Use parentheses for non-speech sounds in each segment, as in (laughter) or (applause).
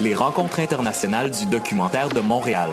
Les rencontres internationales du documentaire de Montréal.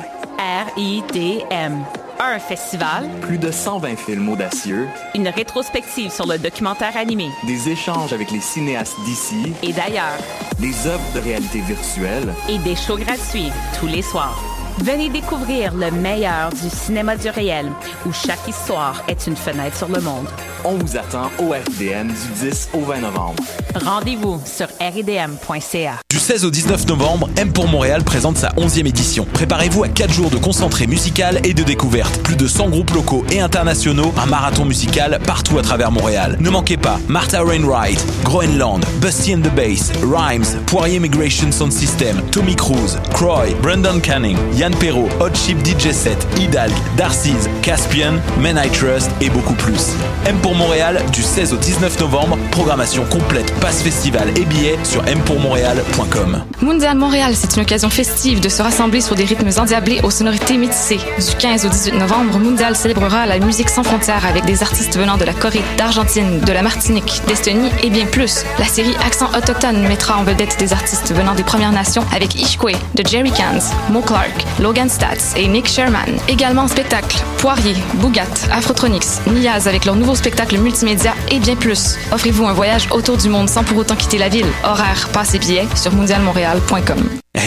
RIDM. Un festival, Plus de 120 films audacieux, une rétrospective sur le documentaire animé des échanges avec les cinéastes d'ici, et d'ailleurs, des œuvres de réalité virtuelle. et des shows gratuits tous les soirs. Venez découvrir le meilleur du cinéma du réel, où chaque histoire est une fenêtre sur le monde. On vous attend au RDM du 10 au 20 novembre. Rendez-vous sur ridm.ca. Du 16 au 19 novembre, M pour Montréal présente sa 11e édition. Préparez-vous à 4 jours de concentré musical et de découvertes. Plus de 100 groupes locaux et internationaux, un marathon musical partout à travers Montréal. Ne manquez pas Martha Rainwright, Groenland, Busty and the Bass, Rhymes, Poirier Migration Sound System, Tommy Cruise, Croy, Brandon Canning, Yann Perrault, Hot Chip DJ Set, Hidalg, Darcy's, Caspian, Men I Trust et beaucoup plus. M pour Montréal du 16 au 19 novembre, programmation complète, passe festival et billets sur mpourmontréal.com. Mondial Montréal, c'est une occasion festive de se rassembler sur des rythmes endiablés aux sonorités métissées. Du 15 au 18 novembre, Mondial célébrera la musique sans frontières avec des artistes venant de la Corée, d'Argentine, de la Martinique, d'Estonie et bien plus. La série Accent autochtone mettra en vedette des artistes venant des Premières Nations avec Ishkwe, de Jerry Cans, Mo Clark, Logan Stats et Nick Sherman. Également en spectacle, Poirier, Bougat, Afrotronics, Niaz avec leur nouveau spectacle multimédia et bien plus. Offrez-vous un voyage autour du monde sans pour autant quitter la ville. Horaire, passe et billets sur mondialmontréal.com. Eh,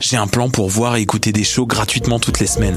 j'ai un plan pour voir et écouter des shows gratuitement toutes les semaines.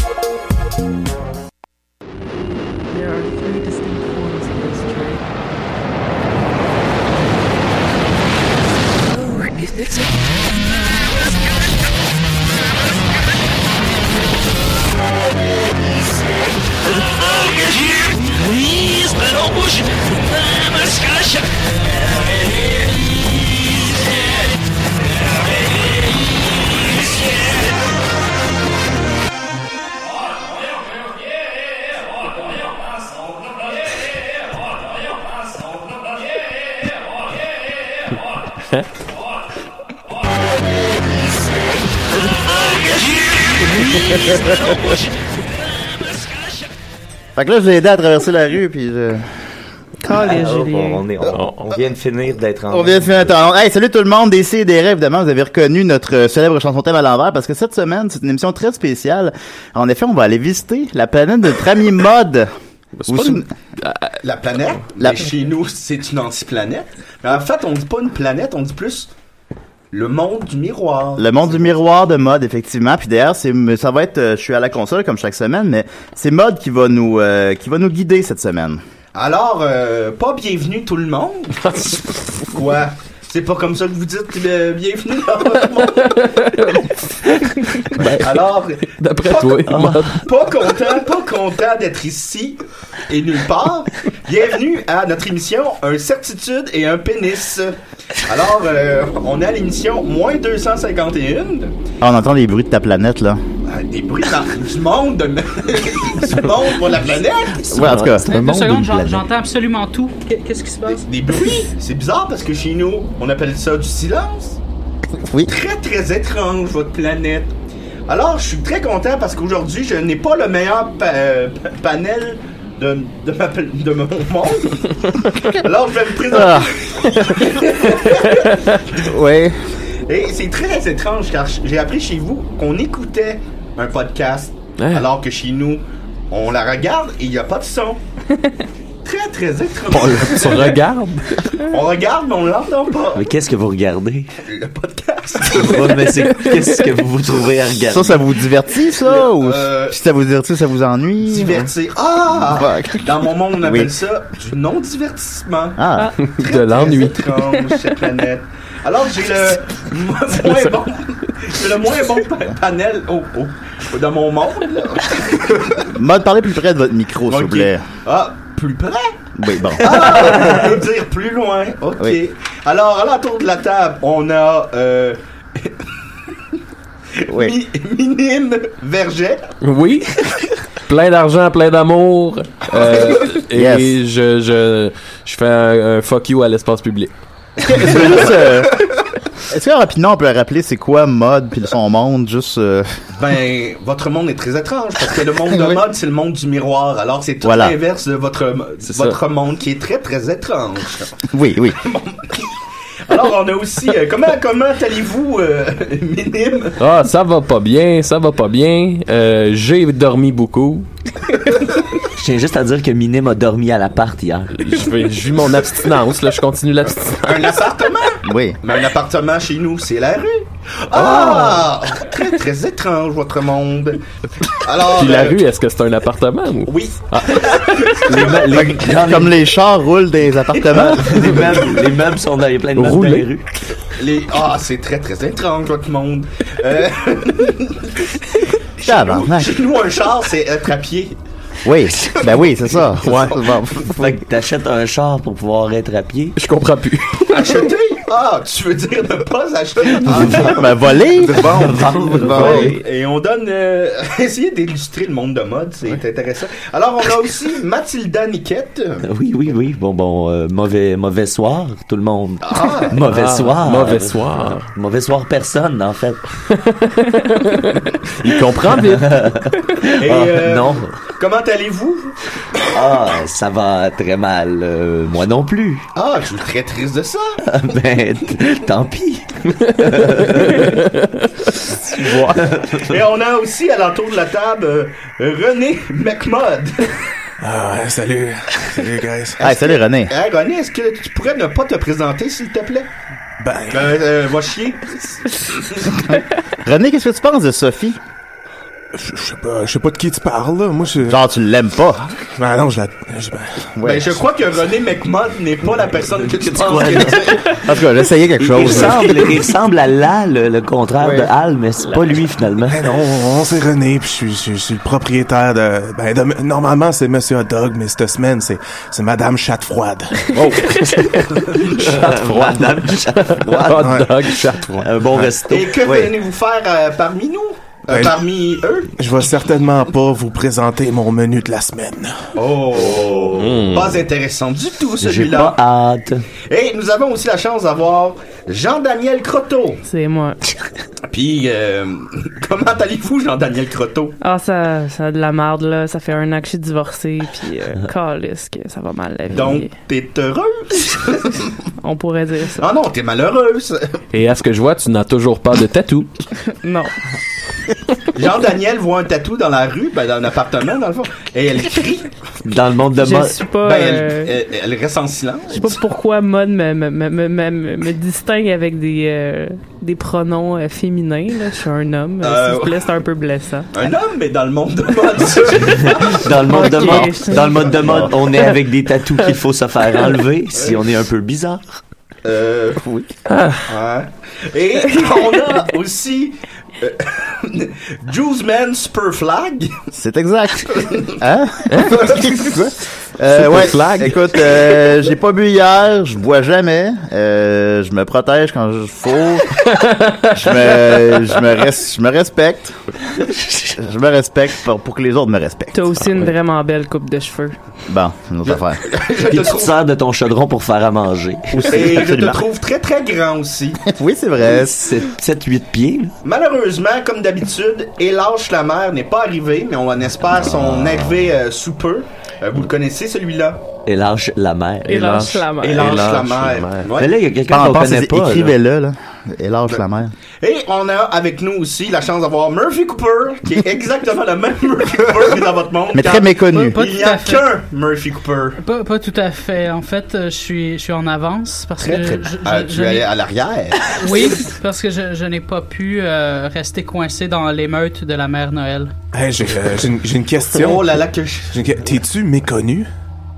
There are three distinct forms of this tree. Fait que là, je l'ai aidé à traverser la rue, puis je- Calais, Ah, Julien. on, est- on- on vient de finir d'être en. on vient de finir un temps. Hey, salut tout le monde, DC et des rêves. Évidemment, vous avez reconnu notre euh, célèbre chanson thème à l'envers, parce que cette semaine, c'est une émission très spéciale. En effet, on va aller visiter la planète de notre ami Mod. C'est Vous pas sou- une- La planète, La- mais chez nous, c'est une antiplanète. Mais en fait, on dit pas une planète, on dit plus le monde du miroir. Le monde du miroir de mode, effectivement. Puis d'ailleurs, c'est ça va être, euh, je suis à la console comme chaque semaine, mais c'est mode qui va nous euh, qui va nous guider cette semaine. Alors, euh, pas bienvenue tout le monde. Quoi? C'est pas comme ça que vous dites euh, bienvenue dans votre monde. Alors, D'après pas- toi, Maud. pas content, pas content d'être ici et nulle part. Bienvenue à notre émission Un certitude et un pénis. Alors, euh, on est à l'émission moins 251. Ah, on entend les bruits de ta planète là. Euh, Des bruits dans- du monde, de- (laughs) du monde pour la planète. Ouais, en tout cas. C'est un Deux monde secondes, d'une j'en- planète. j'entends absolument tout. Qu'est-ce qui se passe? Des bruits. C'est bizarre parce que chez nous, on appelle ça du silence. Oui. Très très étrange votre planète. Alors, je suis très content parce qu'aujourd'hui, je n'ai pas le meilleur pa- euh, pa- panel de, de, ma pla- de mon (laughs) monde. Alors, je vais me présenter. Ah. Ah. (laughs) oui. Et c'est très étrange car j- j'ai appris chez vous qu'on écoutait un podcast Hein? alors que chez nous, on la regarde et il n'y a pas (laughs) de son. très très étrange. Tu regardes? On regarde mais on l'entend pas. Mais qu'est-ce que vous regardez? Le podcast. (laughs) Ouais, mais c'est- qu'est-ce que vous trouvez à regarder? Ça, ça vous divertit ça Le- ou euh, si ça vous divertit, ça vous ennuie Divertir. Ah! Ouais. Dans mon monde, on appelle Oui. ça du non-divertissement. Ah, (laughs) De l'ennui. Très étrange, cette planète. Alors, j'ai (laughs) le moins bon, j'ai le moins bon pa- panel oh, oh, dans mon monde. là. mode parlez plus près de votre micro s'il vous Ok. plaît. Ah, plus près? Oui, bon. Ah, on peut dire plus loin. OK. Oui. (laughs) Alors, à l'entour de la table, on a euh, oui. Minine Verget. Oui. plein d'argent, plein d'amour. Euh, et Yes. je, je, je fais un, un fuck you à l'espace public. Est-ce que juste, euh, est-ce que rapidement on peut rappeler c'est quoi mode puis son monde juste euh, (laughs) Ben, votre monde est très étrange parce que le (laughs) monde de mode, c'est le monde du miroir. Alors, c'est tout Voilà. l'inverse de votre, C'est ça. votre monde qui est très, très étrange. Oui, oui. Alors, on a aussi. euh, comment comment allez-vous, euh, Minime Ah, ça va pas bien, ça va pas bien. Euh, J'ai dormi beaucoup. Je tiens juste à dire que Minim a dormi à l'appart hier. Je vais- je vis mon abstinence, là, je continue l'abstinence. Un appartement Oui. Mais un appartement chez nous, c'est la rue. Ah Très, très étrange, (laughs) votre monde. Alors. Puis la euh, rue, est-ce que c'est un appartement ou? Ah. Oui. Les, ma- les- dans les- Comme les chars roulent dans les appartements. les meubles, les meubles sont dans les pleins de meubles dans Roulé. les rues. Les... Ah, c'est très, très étrange, votre monde. Euh, (laughs) Tabarnak. chez nous, un char, c'est être à pied. Oui. Ben oui, c'est ça. Ouais. Bon. Fait que t'achètes un char pour pouvoir être à pied. Je comprends plus. Acheter Ah, tu veux dire ne pas acheter Ah, (laughs) Ben voler. Bon, Bon. Et on donne. euh, (laughs) essayez d'illustrer le monde de mode, c'est intéressant. Alors, on a aussi Mathilda Niquette. (laughs) Oui, oui, oui. Bon, bon, euh, mauvais, mauvais soir, tout le monde. Ah, (laughs) mauvais soir. Mauvais soir. Mauvais soir, personne, en (laughs) fait. Il comprend vite. (laughs) Et, Ah, euh, Non. Comment allez-vous Ah, ça va très mal. euh, moi non plus. (laughs) Ah, je suis très triste (laughs) de ça. ben, t- tant pis. Et on a aussi à l'entour de la table euh, René McMod. Ah salut. Salut, guys. Ah, salut René. Hein, René, est-ce que tu pourrais ne pas te présenter, s'il te plaît Ben, Euh, euh, va chier. René, qu'est-ce que tu penses de Sophie je je sais pas, je sais pas de qui tu parles, là. Moi, je. Genre tu l'aimes pas. Ben non, je la. je- ben, Ouais. Ben, je crois que René McMod n'est pas la personne que tu penses crois, que non? c'est. En tout cas, j'essayais quelque Il chose. ressemble, il ressemble à La, le, le contraire de Al, mais c'est pas lui finalement. ben non, on c'est René, puis je suis- je suis, je suis le propriétaire de. Ben, de- normalement, c'est Monsieur Hot Dog, mais cette semaine, c'est, c'est Madame Chatte Froide. Oh. (laughs) (laughs) Madame Chaffroy. Hot dog, chat. Un bon resto. Et que Ouais. venez-vous faire euh, parmi nous Euh, Ben, Parmi eux Je vais certainement pas vous présenter mon menu de la semaine. Oh Pas intéressant du tout J'ai celui-là. pas hâte. Et nous avons aussi la chance d'avoir Jean-Daniel Croteau. C'est moi. Puis, euh, (laughs) comment allez-vous, Jean-Daniel Croteau? Ah, ça, ça a de la merde, là. Ça fait un an que je suis divorcée, puis euh, calisse que ça va mal la vie. Donc, t'es heureuse? On pourrait dire ça. Ah non, t'es malheureuse. (laughs) Et à ce que je vois, tu n'as toujours pas de tatou. Non. Jean-Daniel voit un tatou dans la rue, ben, dans l'appartement, dans le fond, et elle crie. Dans le monde de (laughs) Je mode. suis pas... Ben, euh, elle, elle- elle reste en Je silence. sais pas pourquoi mode me, me, me, me, me- me- me distingue avec des, euh, des pronoms euh, féminins. Là. Je suis un homme. Euh, euh, S'il vous plaît, c'est un peu blessant. (laughs) Un homme, mais dans le monde de mode. Dans le monde de Ok, mode. je- Dans le mode de mode, on est avec des tatous qu'il faut se faire enlever si on est un peu bizarre. euh, oui. (laughs) Et on a aussi euh, (laughs) Juice Man Superflag. C'est (laughs) exact. Hein? euh, ouais. flag. Écoute, euh, j'ai pas bu hier, je bois jamais, euh, je me protège quand je faut, je me, je me, res- je me respecte, je me respecte pour, pour que les autres me respectent. T'as aussi une vraiment belle coupe de cheveux. Bon, c'est une autre affaire. (laughs) Je Puis te tu te trouve, sers de ton chaudron pour faire à manger. et je te absolument. trouve très très grand aussi. Oui, c'est vrai. 7-8 pieds. là. Malheureusement, comme d'habitude, Hélas la mer n'est pas arrivé, mais on en espère son arrivée euh, sous peu. Euh, vous le connaissez celui-là? Et lâche la mer. Et lâche la main. Hélas la lâche la mer. mer. Ouais. Mais là, il y a quelqu'un Pense- qu'on pense- connaît pas. là. Écrivez-le, là. Et lâche la mer. Et on a avec nous aussi la chance d'avoir Murphy Cooper, qui est exactement le même Murphy Cooper que dans votre monde. Mais Quand très méconnu. Pas Il tout n'y a à fait. qu'un Murphy Cooper. Pas, pas tout à fait. En fait, euh, je suis, je suis en avance parce que je- je- Ah, je tu es n'ai- allé à l'arrière. (laughs) oui, parce que je, je n'ai pas pu euh, rester coincé dans l'émeute de la mère Noël. Hey, j'ai, euh, j'ai une, j'ai une oh question. là là que je... J'ai une que- T'es-tu méconnu?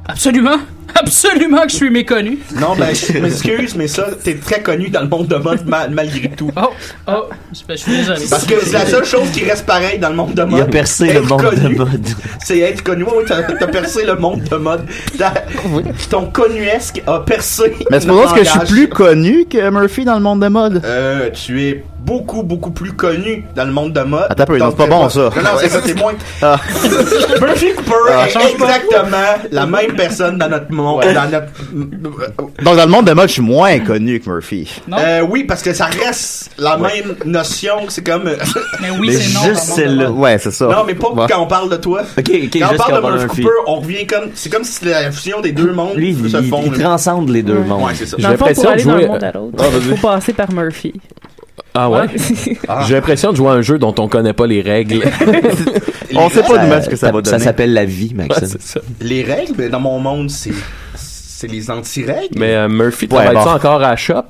Absolument. absolument que je suis méconnu. Non, ben, je (laughs) m'excuse, mais ça, t'es très connu dans le monde de mode ma- malgré tout. Oh, oh, je suis désolé. Parce que c'est la seule chose qui reste pareille dans le monde de mode. Il a percé le Être monde de connu. mode. C'est être connu. Oui, t'as t'as percé le monde de mode. Ta- Ton connuesque a percé. Mais c'est le pour ça que je suis langage. plus connu que Murphy dans le monde de mode. Euh, tu es beaucoup, beaucoup plus connu dans le monde de mode. Attends un peu, non, Donc, c'est pas bon, ça. Non, non, c'est ça, c'est moins. Ah. Murphy Cooper Ah, est change pas. exactement la même personne dans notre monde. Dans notre... Donc dans le monde de mode, je suis moins connu que Murphy. Euh, oui, parce que ça reste la même notion. C'est comme. euh, Mais Mais juste celle-là. Ouais, c'est ça. Non, mais pas Ouais. quand on parle de toi. Ok, ok, quand on juste parle quand de on parle Murphy d'un film. Cooper, on revient comme. C'est comme si la fusion des deux mondes Lui, il, se il- fond. il transcende les deux mondes. Ouais, c'est ça. Dans le fond, l'impression pour de aller d'un jouer- monde à l'autre, Ah, vas-y. il faut passer par Murphy. Ah ouais? (laughs) J'ai l'impression de jouer à un jeu dont on connaît pas les règles. (laughs) euh, On sait pas du mal ce que ça va Ça donner. s'appelle la vie, Maxime. c'est ça. Les règles, mais dans mon monde, c'est. C'est les anti-règles. Mais euh, Murphy, Ouais, travaille bon. ça encore à la shop?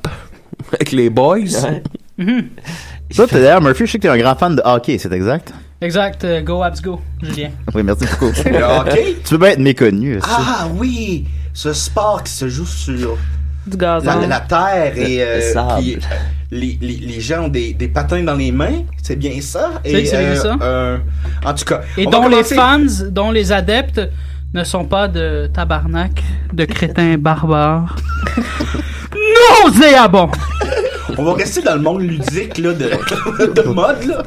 Avec les boys? Mhm. Toi, t'es- d'ailleurs, Murphy, je sais que t'es un grand fan de hockey, c'est exact? Exact, euh, go abs go, Julien. Oui, merci beaucoup. tu (laughs) Le hockey. peux bien être méconnu. aussi. Ah oui! Ce sport qui se joue sur Du la, gazon. la terre et Le- le sable. puis, euh, les, les, les gens ont des, des patins dans les mains, c'est bien ça? C'est- Et, c'est bien euh, ça. euh, en tout cas, Et on va dont les commencer- fans, dont les adeptes ne sont pas de tabarnak, de crétins barbares. Ah, Nauséabond! On va rester dans le monde ludique là, de, (laughs) de mode. Là.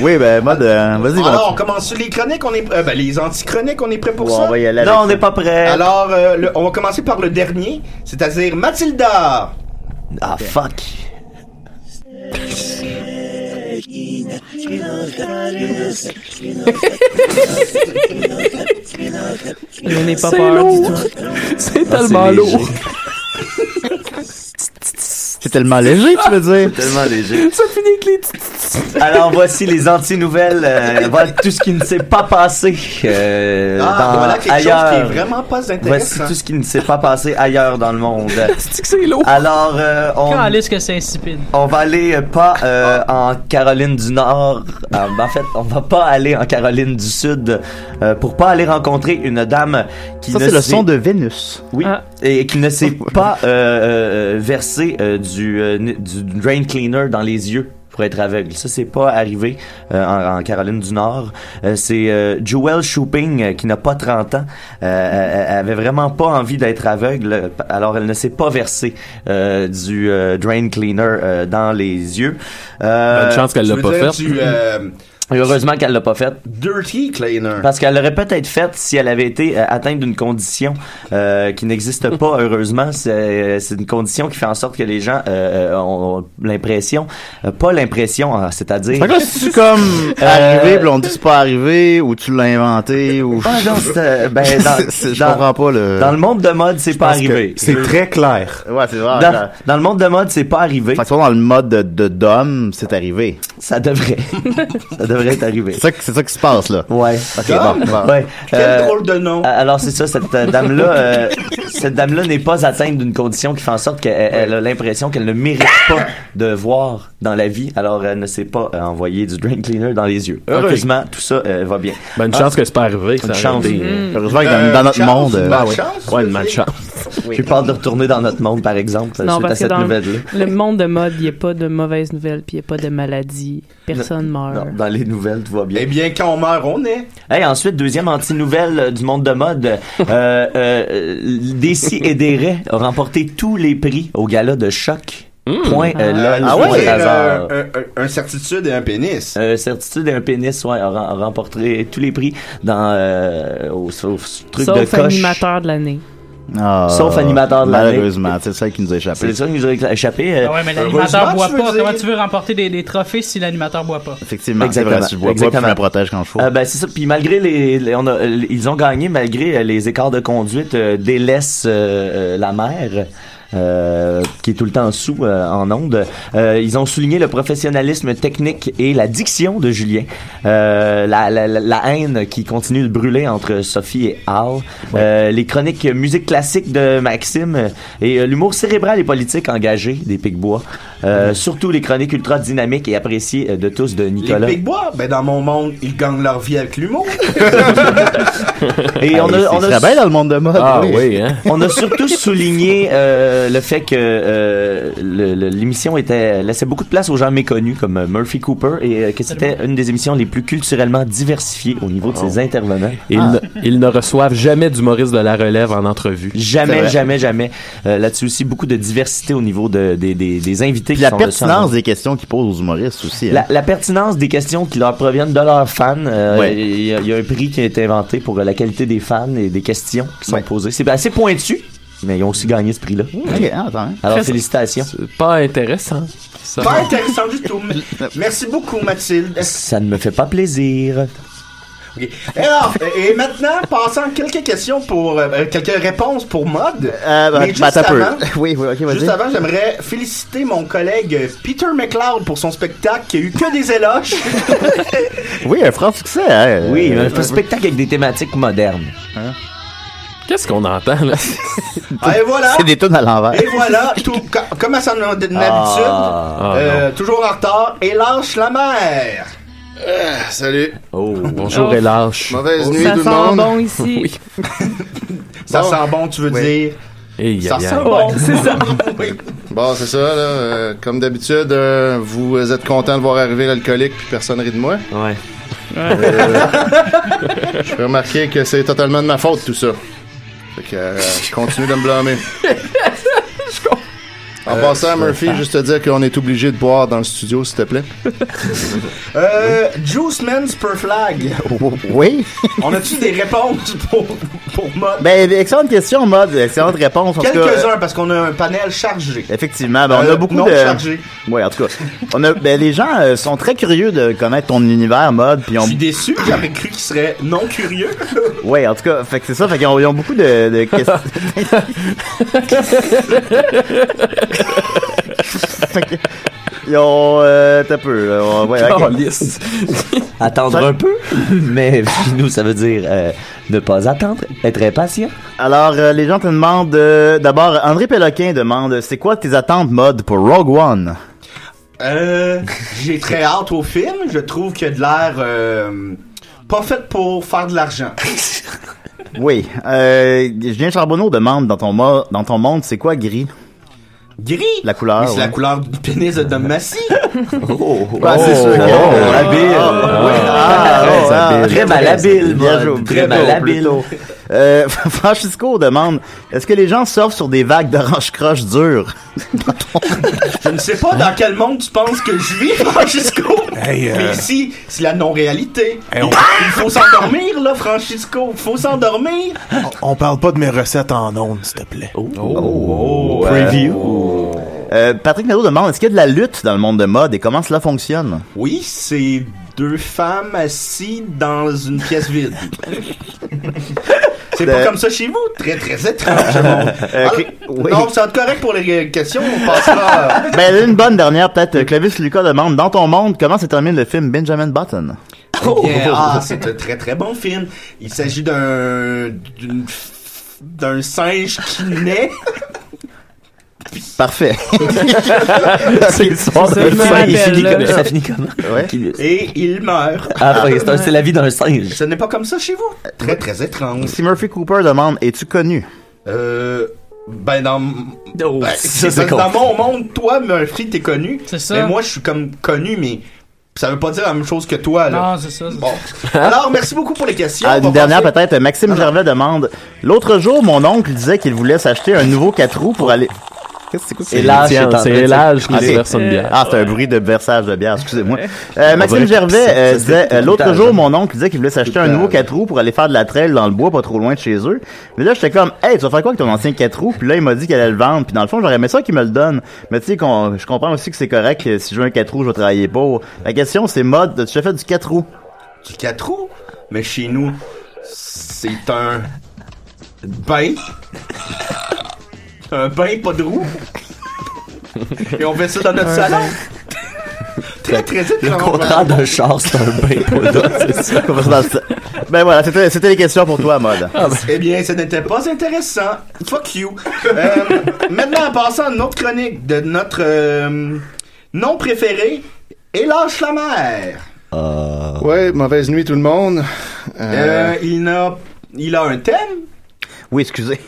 Oui, ben, mode, euh, vas-y, Alors, on Valentin. commence sur les chroniques, on est euh, ben, les anti-chroniques, on est prêt pour Ouais, ça? on va y aller avec Non, on ça. n'est pas prêt. Alors, euh, le- on va commencer par le dernier, c'est-à-dire Mathilda! Ah, fuck. Je n'ai pas peur du tout. (laughs) C'est Ah, tellement c'est léger. lourd. C'est tellement léger, tu veux dire? Tellement léger. Ça finit avec les Alors voici les anti-nouvelles. euh, voilà tout ce qui ne s'est pas passé euh, Ah, dans- voilà quelque ailleurs. chose qui est vraiment pas Voici intéressant. tout ce qui ne s'est pas passé ailleurs dans le monde. Ben. (laughs) C'est que c'est lourd. Alors, euh, on, Calisse que c'est insipide. on va aller euh, pas euh, en Caroline du Nord. Euh, ben, en fait, on va pas aller en Caroline du Sud euh, pour pas aller rencontrer une dame qui Ça, ne c'est le s'est- son de Vénus. Oui, Ah. et qui ne s'est pas euh, euh, versé euh, du, euh, ni- du drain cleaner dans les yeux pour être aveugle. Ça, c'est pas arrivé euh, en, en Caroline du Nord. Euh, c'est euh, Joel Shooping, euh, qui n'a pas 30 ans, euh, elle- elle avait vraiment pas envie d'être aveugle, euh, alors elle ne s'est pas versée euh, du euh, drain cleaner euh, dans les yeux. Euh, Bonne chance qu'elle Tu l'a veux pas dire fait. du, euh, et Heureusement qu'elle l'a pas faite. dirty cleaner. Parce qu'elle l'aurait peut-être faite si elle avait été euh, atteinte d'une condition euh, qui n'existe (laughs) pas, heureusement. C'est euh, c'est une condition qui fait en sorte que les gens euh, euh, ont l'impression, euh, pas l'impression, hein, c'est-à-dire... (laughs) Fait que là, c'est comme euh, arrivé, puis on dit c'est pas arrivé, ou tu l'as inventé, ou. Ah non, c'est, euh, ben, dans, (laughs) C'est- je dans- comprends pas le. dans le monde de mode, c'est pas Parce que arrivé. C'est très clair. Ouais, c'est vrai. Dans, genre. dans le monde de mode, c'est pas arrivé. Fait que soit dans le mode de, de d'homme, c'est arrivé. Ça (laughs) devrait. ça devrait être arrivé. C'est ça, que- c'est ça qui se passe, là. Ouais. Ok, Dom? bon, ouais. Quel Euh, drôle de nom. Ah, Alors c'est ça, cette euh, dame-là, euh, cette dame-là n'est pas atteinte d'une condition qui fait en sorte qu'elle elle a l'impression qu'elle ne mérite pas de voir dans la vie. Alors elle ne s'est pas euh, envoyée du drain cleaner dans les yeux. Heureusement, tout ça euh, va bien. Bonne Ben, chance que c'est pas arrivé. ça Une aurait chance. Hum. été- Heureusement que dans, Euh, dans notre chance, monde. euh, une ah bonne ouais. chance, Ouais, une tu veux mal dire? chance. J'ai peur de retourner dans notre monde, par exemple, Non, suite à parce que cette dans nouvelle-là. le monde de mode, il n'y a pas de mauvaises nouvelles, puis il n'y a pas de maladies. Personne meurt. Non, dans les nouvelles, tout va bien. Eh bien, quand on meurt, on est. Hey, ensuite, deuxième anti-nouvelle euh, du monde de mode. Euh, euh, euh, Desi et Deret a remporté tous les prix au gala de choc. Point euh, lol, Ah point ouais, hasard. euh, un, un- un certitude et un pénis. Euh, certitude et un pénis, ouais, a, rem- a remporté tous les prix dans euh, au, au- au truc de Sauf coche. animateur de l'année. Ah, Sauf animateur de l'année. Malheureusement, c'est ça qui nous a échappé. C'est ça qui nous a écla- échappé. euh, Ah ouais, mais heureusement, l'animateur boit tu veux pas. dire. Comment tu veux remporter des, des trophées si l'animateur boit pas? Effectivement, c'est Exactement. vrai, si je vois pas, puis je Exactement. me protège quand je fous. euh, ben c'est ça. Puis malgré les, les- on a, euh, ils ont gagné malgré euh, les écarts de conduite euh, délaissent euh, euh, la mer. euh, qui est tout le temps sous euh, en onde. Euh, ils ont souligné le professionnalisme technique et la diction de Julien, Euh, la, la, la- la haine qui continue de brûler entre Sophie et Al, Euh, les chroniques musique classique de Maxime euh, et euh, l'humour cérébral et politique engagé des Picbois. Euh, Surtout les chroniques ultra dynamiques et appréciées euh, de tous de Les Nicolas. Big Bois, ben dans mon monde, ils gagnent leur vie avec l'humour. (laughs) Et on a, on a serait bien dans le monde de mode. Ah oui, hein? On a surtout souligné euh, le fait que euh, le- le- l'émission était laissait beaucoup de place aux gens méconnus comme euh, Murphy Cooper et euh, que c'était une des émissions les plus culturellement diversifiées au niveau de ses intervenants. Ah. Ils, Oh. ne, ils ne reçoivent jamais d'humoriste de la relève en entrevue. C'est Jamais, vrai. jamais, jamais. Euh, Là-dessus aussi, beaucoup de diversité au niveau de, des- des- des invités. qui Puis la sont de ça. pertinence des questions qu'ils posent aux humoristes aussi. La, hein. la pertinence des questions qui leur proviennent de leurs fans. euh, Ouais. il, y a, il y a un prix qui a été inventé pour euh, la qualité des fans et des questions qui sont Ouais. posées. C'est assez pointu, mais ils ont aussi gagné ce prix-là. Ok, attends. hein. Alors, Très- félicitations. C'est pas intéressant. ça. Pas intéressant du tout. Merci beaucoup, Mathilde. Ça ne me fait pas plaisir. Ok. Alors, et maintenant, passons à quelques questions pour... euh, quelques réponses pour Mode. Euh, Mais bah, juste attends un peu. avant- (laughs) Oui, oui, ok, Juste vas-y. avant, j'aimerais féliciter mon collègue Peter McLeod pour son spectacle qui a eu que des éloges. Oui, un franc succès. Hein, Oui, Euh, un spectacle avec des thématiques modernes. Hein? Qu'est-ce qu'on entend, là? Ah, et voilà. C'est des tonnes à l'envers. Et voilà, tout, co- comme à son habitude, Ah. euh, toujours en retard, et lâche la mer. Ah, Salut. Oh. Bonjour et lâche. Mauvaise nuit, Oh, Ça tout le sent monde. (laughs) bon ici. Oui. Ça Bon. sent bon, tu veux Oui. dire. Hey, Ça aïe, sent aïe. bon. (laughs) C'est ça. Bon, c'est ça, là. euh, comme d'habitude, euh, vous êtes content de voir arriver l'alcoolique, puis personne rit de moi. Ouais. Je peux remarquer que c'est totalement de ma faute, tout ça. Fait (laughs) que, euh, continue de me blâmer. En Euh, passant, Murphy, juste te dire qu'on est obligé de boire dans le studio, s'il (laughs) te plaît. (laughs) Euh, Juice Man's Per Flag. Oui. On a-tu des réponses pour, pour mode? Ben, excellente question, mode. Excellente réponse. en tout cas. Quelques-uns, parce qu'on a un panel chargé. Effectivement, ben, on Euh, a beaucoup non de. chargé. Ouais, en tout cas, on a, ben, les gens euh, sont très curieux de connaître ton univers mode, puis Je on, suis déçu, j'avais cru qu'il serait non curieux. ouais, en tout cas, fait que c'est ça, fait qu'ils ont, ils ont beaucoup de, de questions. Fait que, ils ont, euh, t'as peu, là, on- ouais, ok. Calisse. Attendre un peu, (laughs) mais chez nous, ça veut dire euh, ne pas attendre, être impatient. (laughs) Alors, euh, les gens te demandent, euh, d'abord, André Péloquin demande, c'est quoi tes attentes mode pour Rogue One? Euh, j'ai très hâte au film. Je trouve qu'il y a de l'air euh, pas fait pour faire de l'argent. Oui, euh, Julien Charbonneau demande, dans ton, mo- dans ton monde, c'est quoi gris? Gris. La couleur? Mais c'est la Ah, ouais. couleur du pénis de Dom (laughs) Massy. Ben, Ah, c'est sûr que- oh, habile. ah, Ah, Très oh, ah, habile. Très malhabile, Bien Maude. joué, Très malhabile. plutôt. Euh, (laughs) Francisco demande Est-ce que les gens surfent sur des vagues d'orange croche dures Je ne sais pas dans quel monde tu penses que je vis, (laughs) Francisco. Hey, euh, Mais ici, c'est la non-réalité. Hey, on- Il faut s'endormir, là, Francisco. Il faut s'endormir. On parle pas de mes recettes en ondes, s'il te plaît. Oh. Preview. Oh, Euh, Patrick Nadeau demande Est-ce qu'il y a de la lutte dans le monde de mode et comment cela fonctionne Oui, c'est deux femmes assises dans une pièce vide. C'est pas Ben. Euh, comme ça chez vous, très très étrange. mon- Euh, Alors, ok, oui. Non, ça va être correct pour les euh, questions. (laughs) On passera. euh, Ben, là, une bonne dernière, peut-être. euh, Clovis Lucas demande Dans ton monde, comment se termine le film Benjamin Button Oh. Bien, ah, c'est un très très bon film. Il s'agit d'un d'une f- d'un singe qui naît. (laughs) Parfait. c'est l'histoire Ça, je me Ça, rappelle, il finit là. comme- ça finit comment? Ouais. Qu'il- Et il meurt. Ah, ouais, c'est un- c'est la vie d'un singe. Ce n'est pas comme ça chez vous. Très très étrange. Si Murphy Cooper demande Es-tu connu Euh, ben dans m- Oh. (laughs) ben, ça, dans, c'est con. dans mon monde, toi Murphy, t'es connu. C'est ça. Mais moi, je suis comme connu, mais ça veut pas dire la même chose que toi là. Non, c'est ça. c'est Bon. Hein? Alors, merci beaucoup pour les questions. Ah, On une va dernière passer- peut-être. Maxime Gervais demande L'autre jour, mon oncle disait qu'il voulait s'acheter un nouveau 4 roues pour aller. Qu'est-ce que c'est quoi Et ce- là, Tiens, c'est en train de- c'est l'âge qui Ah, c'est- déverse une bière. Ah, c'est un bruit de versage de bière, excusez-moi. Euh, Maxime dirait que Gervais ça, euh, ça, disait c'est hein. euh, l'autre tout jour, âge. mon oncle disait qu'il voulait s'acheter un nouveau 4 roues pour aller faire de la trail dans le bois pas trop loin de chez eux. Mais là, j'étais comme, hey, tu vas faire quoi avec ton ancien 4 roues? Puis là, il m'a dit qu'il allait le vendre. Puis dans le fond, j'aurais aimé ça qu'il me le donne. Mais tu sais, qu'on- je comprends aussi que c'est correct que si je veux un 4 roues, je vais travailler pour. La question, c'est mode, as-tu déjà fait du 4 roues? du 4 roues, mais chez nous, c'est un bain. un bain, pas de roues. Et on fait ça dans notre salon. très, très vite. Ah, (laughs) Le contrat d'un char, c'est un bain pour c'est ça. Ben voilà, c'était c'était les questions pour toi, Mode. ben. Eh bien, ce n'était pas intéressant. Fuck you. Euh, maintenant, en passant à une autre chronique de notre euh, nom préféré, Hélas la mer. Euh, Ouais, mauvaise nuit tout le monde. Euh, il, a, il a un thème? Oui, excusez.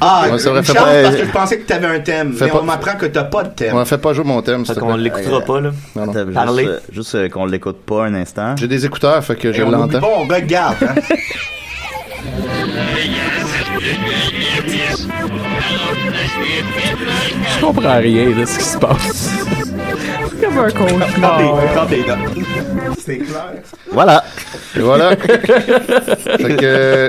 Ah, Ouais, ça aurait une fait chance pas- parce que je pensais que tu avais un thème, Fais mais pas- on m'apprend que t'as pas de thème. On fait pas jouer mon thème, qu'on l'écoutera pas, là. Attends, juste, Parlez. euh, Juste, euh, qu'on l'écoute pas un instant. J'ai des écouteurs, fait que Eh, Et on n'oublie pas, on regarde. hein. Je comprends rien de ce qui se passe. C'est comme un cauchemar. C'est clair. Voilà. Et voilà. (laughs) fait que. euh,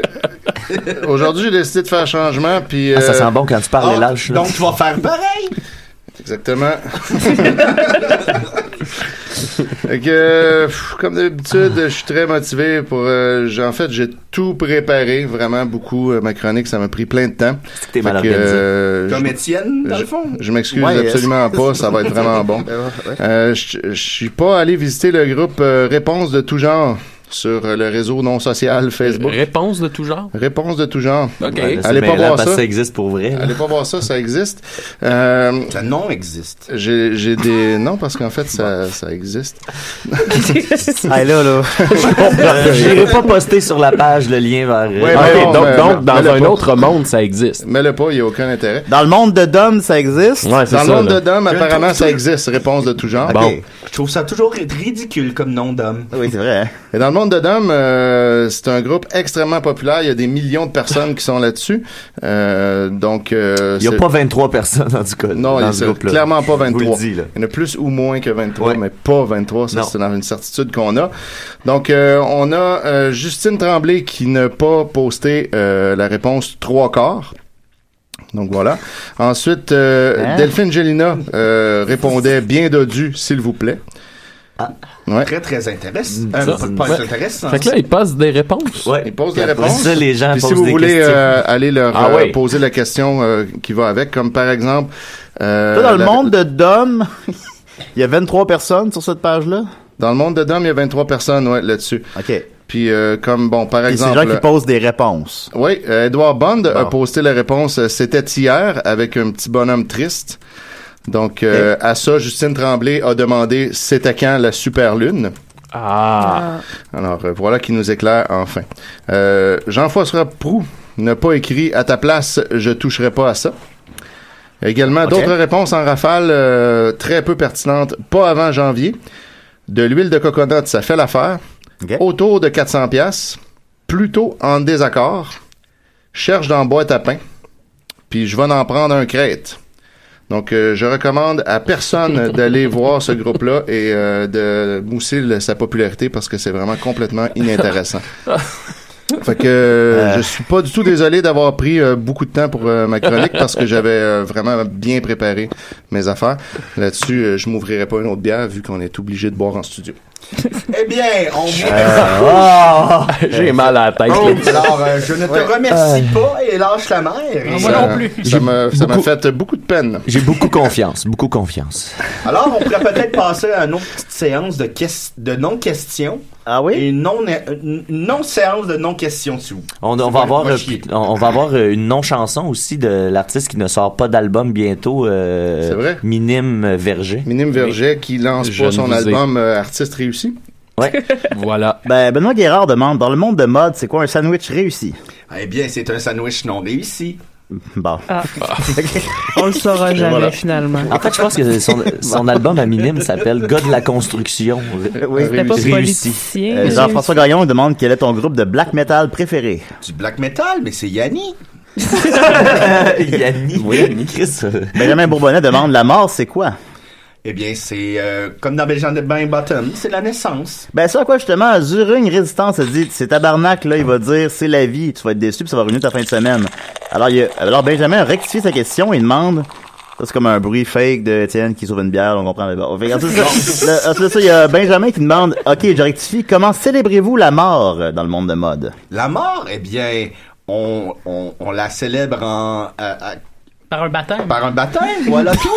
Aujourd'hui, j'ai décidé de faire un changement, puis. Ah, ça euh, sent bon quand tu parles, les lâches. Donc, tu vas faire pareil. (laughs) Exactement. Fait que, euh, pff, comme d'habitude, je suis très motivé pour. euh, j'ai- en fait, j'ai tout préparé, vraiment beaucoup. euh, ma chronique, ça m'a pris plein de temps. (laughs) t'es Fait mal que, organisé. euh, Comme je- Étienne, dans je- le fond. Je m'excuse Ouais, absolument pas, ça va être vraiment (laughs) bon. Euh, je je suis pas allé visiter le groupe euh, Réponse de tout genre sur euh, le réseau non social Facebook. Réponse de tout genre. Réponse de tout genre. OK. Ouais, là, c'est Allez pas mêlant voir parce que ça. ça existe pour vrai. là. Allez pas voir ça, ça existe. Euh, Ça non existe. j'ai j'ai des non parce qu'en fait ça, ça (laughs) existe. Ah, là, là. J'irai pas poster sur la page le lien vers. euh, Ouais, Ok, mais bon, donc, mais- donc, dans mais le un pas. autre monde, ça existe. Mets-le pas, il n'y a aucun intérêt. Dans le monde de Dom, ça existe. Ouais, c'est Dans ça. le monde là. de Dom, Je apparemment trouve ça que- existe, réponse de tout genre. Bon. Ok. Je trouve ça toujours ridicule comme nom d'homme. Ah Oui, c'est vrai. hein. Et dans le monde de Dom, euh, c'est un groupe extrêmement populaire, il y a des millions de personnes qui sont là-dessus. Euh, donc euh, Il y a c'est- pas 23 personnes en tout cas. Non, dans il ce c'est groupe-là. clairement pas Je 23. Vous le dis, là. Il y en a plus ou moins que 23, Ouais. mais pas 23, ça Non. c'est dans une certitude qu'on a. Donc euh, on a euh, Justine Tremblay qui n'a pas posté euh, la réponse trois quarts. Donc voilà. Ensuite, euh, Hein? Delphine Gelina euh, répondait bien dodu, s'il vous plaît. Ah. Ouais. Très, très intéressant. Mm, Euh, ça, pas- c'est- pas ouais. intéressant. Fait que là, il passe des réponses. Ouais. Il pose Puis des après réponses. Ça, les gens Puis posent si vous des voulez questions. euh, aller leur Ah euh, ouais. poser la question euh, qui va avec, comme par exemple... euh, Toi, dans le la- monde de Dom, il y a 23 personnes sur cette page-là. Dans le monde de Dom, il y a 23 personnes ouais, là-dessus. OK. Et Puis euh, comme, bon, par C'est exemple... euh, les gens qui posent des réponses. Oui, euh, Edouard Bond a Bon. posté la réponse euh, c'était hier avec un petit bonhomme triste. Donc euh, à ça, Justine Tremblay a demandé c'était quand la super lune. Ah. Alors euh, voilà qui nous éclaire enfin. Euh, Jean-François Prou n'a pas écrit à ta place je toucherai pas à ça. Également d'autres réponses en rafale euh, très peu pertinentes pas avant janvier. De l'huile de coconut, ça fait l'affaire. OK. Autour de 400 pièces, plutôt en désaccord. Cherche dans la boîte à pain, puis je vais en prendre un crête. Donc, euh, je recommande à personne d'aller voir ce groupe-là et euh, de mousser le- sa popularité parce que c'est vraiment complètement inintéressant. Ah, Fait que euh, je suis pas du tout désolé d'avoir pris euh, beaucoup de temps pour euh, ma chronique parce que j'avais euh, vraiment bien préparé mes affaires. Là-dessus, euh, je m'ouvrirai pas une autre bière vu qu'on est obligé de boire en studio. Eh bien, on vient. Euh, J'ai mal à la tête. Oh, là. hein. Alors, euh, je ne te remercie pas et lâche la Ah, mer. Ah, Moi non plus. Ça m'a ça m'a fait beaucoup de peine. J'ai beaucoup confiance, beaucoup confiance. Alors, on pourrait peut-être passer à une autre petite séance de, ques- de non-questions Ah oui? et non- euh, non-séance de non-questions, si vous On, on C'est va pas- avoir pas euh, chier. on, on va avoir euh, une non chanson aussi de l'artiste qui ne sort pas d'album bientôt. euh, C'est vrai. Minime Verger. Minime Verget qui lance Je pas ne son vous ai- album euh, Artiste réussi. Voilà. Ben, Benoît Guérard demande, dans le monde de mode, c'est quoi un sandwich réussi? Eh bien, c'est un sandwich non réussi. Bon. (laughs) Ah. On le saura jamais, finalement. En fait, je pense que son, son album à Minime s'appelle Gars de la construction. Oui. C'était pas Réussi. politicien. Euh, là. Jean-François Gagnon demande quel est ton groupe de black metal préféré. Du black metal, mais c'est (laughs) Yanni. (laughs) Yannick. Chris. euh, Benjamin Bourbonnet demande la mort, c'est quoi? Eh bien, c'est euh, comme dans Belgian de Bain Bottom, c'est la naissance. Ben, ça, quoi, justement, Zuring Résistance a dit, c'est tabarnak, là, il va dire, c'est la vie, tu vas être déçu, puis ça va revenir ta fin de semaine. Alors, il y a- alors Benjamin a rectifié sa question, il demande, ça, c'est comme un bruit fake de Étienne qui sauve une bière, on comprend, mais bon. Fait que ensuite, ça, le- ensuite de ça, il y a Benjamin qui demande, ok, je rectifie, comment célébrez-vous la mort euh, dans le monde de mode? La mort, eh bien, on, on, on la célèbre en, euh, à- à- Par un baptême. (laughs) par un baptême, voilà tout.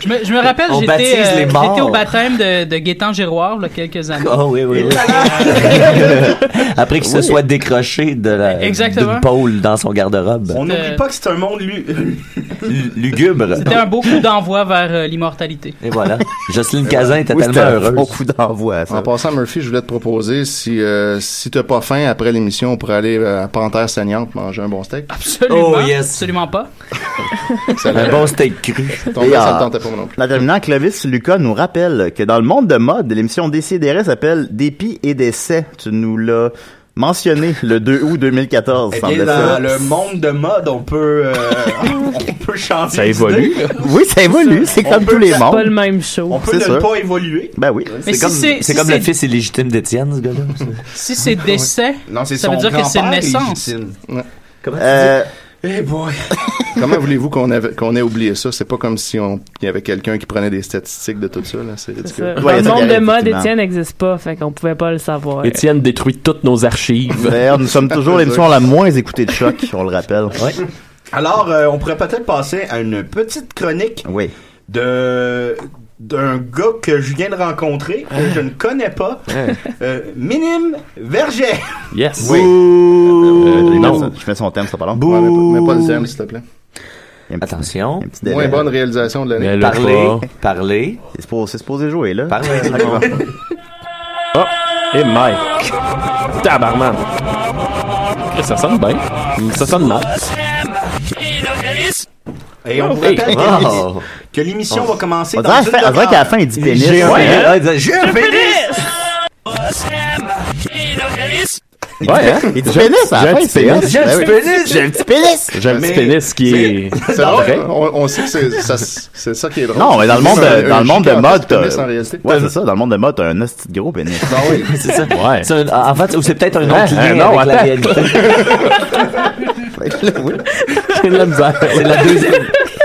Je me, je me rappelle, On baptise j'étais euh, les morts. j'étais au baptême de, de Gaétan Giroir, il y a quelques années. Oh oui, oui, oui. Après qu'il se Oui. soit décroché de la Exactement. d'une pôle dans son garde-robe. On n'oublie pas que c'est un monde lu- Lu- (laughs) lugubre. C'était un beau coup d'envoi vers euh, l'immortalité. Et voilà. Jocelyne Cazin était Oui, c'était tellement un heureuse. bon coup d'envoi. En passant, Murphy, je voulais te proposer, si, euh, si t'as pas faim après l'émission, pour aller euh, à Panthère Saignante manger un bon steak. Absolument, Oh, absolument pas. Un bon steak cru. Ton gars, ça le tentait pas, moi non plus. En terminant, Clovis Lucas nous rappelle que dans le monde de mode, l'émission Décidéré s'appelle Dépit et décès. Tu nous l'as mentionné le 2 août 2014. Eh bien, semble-t-il. dans le monde de mode, on peut, (laughs) euh, on peut changer. Ça d'idée. évolue. Oui, ça évolue. C'est On comme peut- tous les mondes. pas le même show. On peut C'est ne sûr. pas évoluer. Ben oui. Mais si C'est comme, c'est- c'est si comme c'est- le fils illégitime d'Étienne, ce gars-là. Si c'est décès, Non, c'est ça veut son dire que c'est une grand-père, naissance. illégitime. Comment, Euh, boy. (laughs) Comment voulez-vous qu'on avait- qu'on ait oublié ça? C'est pas comme si on, il y avait quelqu'un qui prenait des statistiques de tout ça, là. C'est C'est ridicule. ça. le monde de mode, Étienne n'existe pas, fait qu'on pouvait pas le savoir. Étienne détruit toutes nos archives. D'ailleurs, nous sommes toujours l'émission la moins écoutée de choc, on le rappelle. Alors, euh, on pourrait peut-être passer à une petite chronique oui. de d'un gars que je viens de rencontrer, que je ne connais pas, Ah. euh, Minime Verget. Yes. Oui. Euh, je mets son- Je fais son thème, ça pas long. Ouais, mais, pas, mais pas le thème, s'il te plaît. Attention. Moins bonne réalisation de l'année. Parler, parler. C'est supposé, c'est supposé jouer, là. (laughs) Parler. Oh, et Mike. Tabarman. Ça sonne bien. Ça sonne mal. Et on vous Hey. rappelle que- Wow. que l'émission va commencer Oh. On dans dirait une qu'à la fin- on dirait qu'à la fin, il dit pénis. J'ai un Ouais, pénis. hein? Ah, il dit, J'ai un pénis! Ouais, hein? Il dit pénis, à la J'ai un fin, petit c'est hot. pénis. J'ai un Ben petit oui. pénis, j'ai un petit pénis. J'ai un petit Mais- pénis qui est. C'est Non, drôle, vrai. on, on sait que c'est ça, c'est ça qui est drôle. Non, mais dans le monde Un- de, dans un le monde de gigantesque mode, t'as- pénis Euh, en réalité. ouais, c'est ça, dans le monde de mode, t'as un hostie de gros pénis. Ah oui. C'est (laughs) ça. Ouais. C'est un- en fait, ou c'est peut-être un Hein, autre hein, lien non, avec la attends. réalité. (laughs) (laughs) C'est de la misère. C'est la deuxième,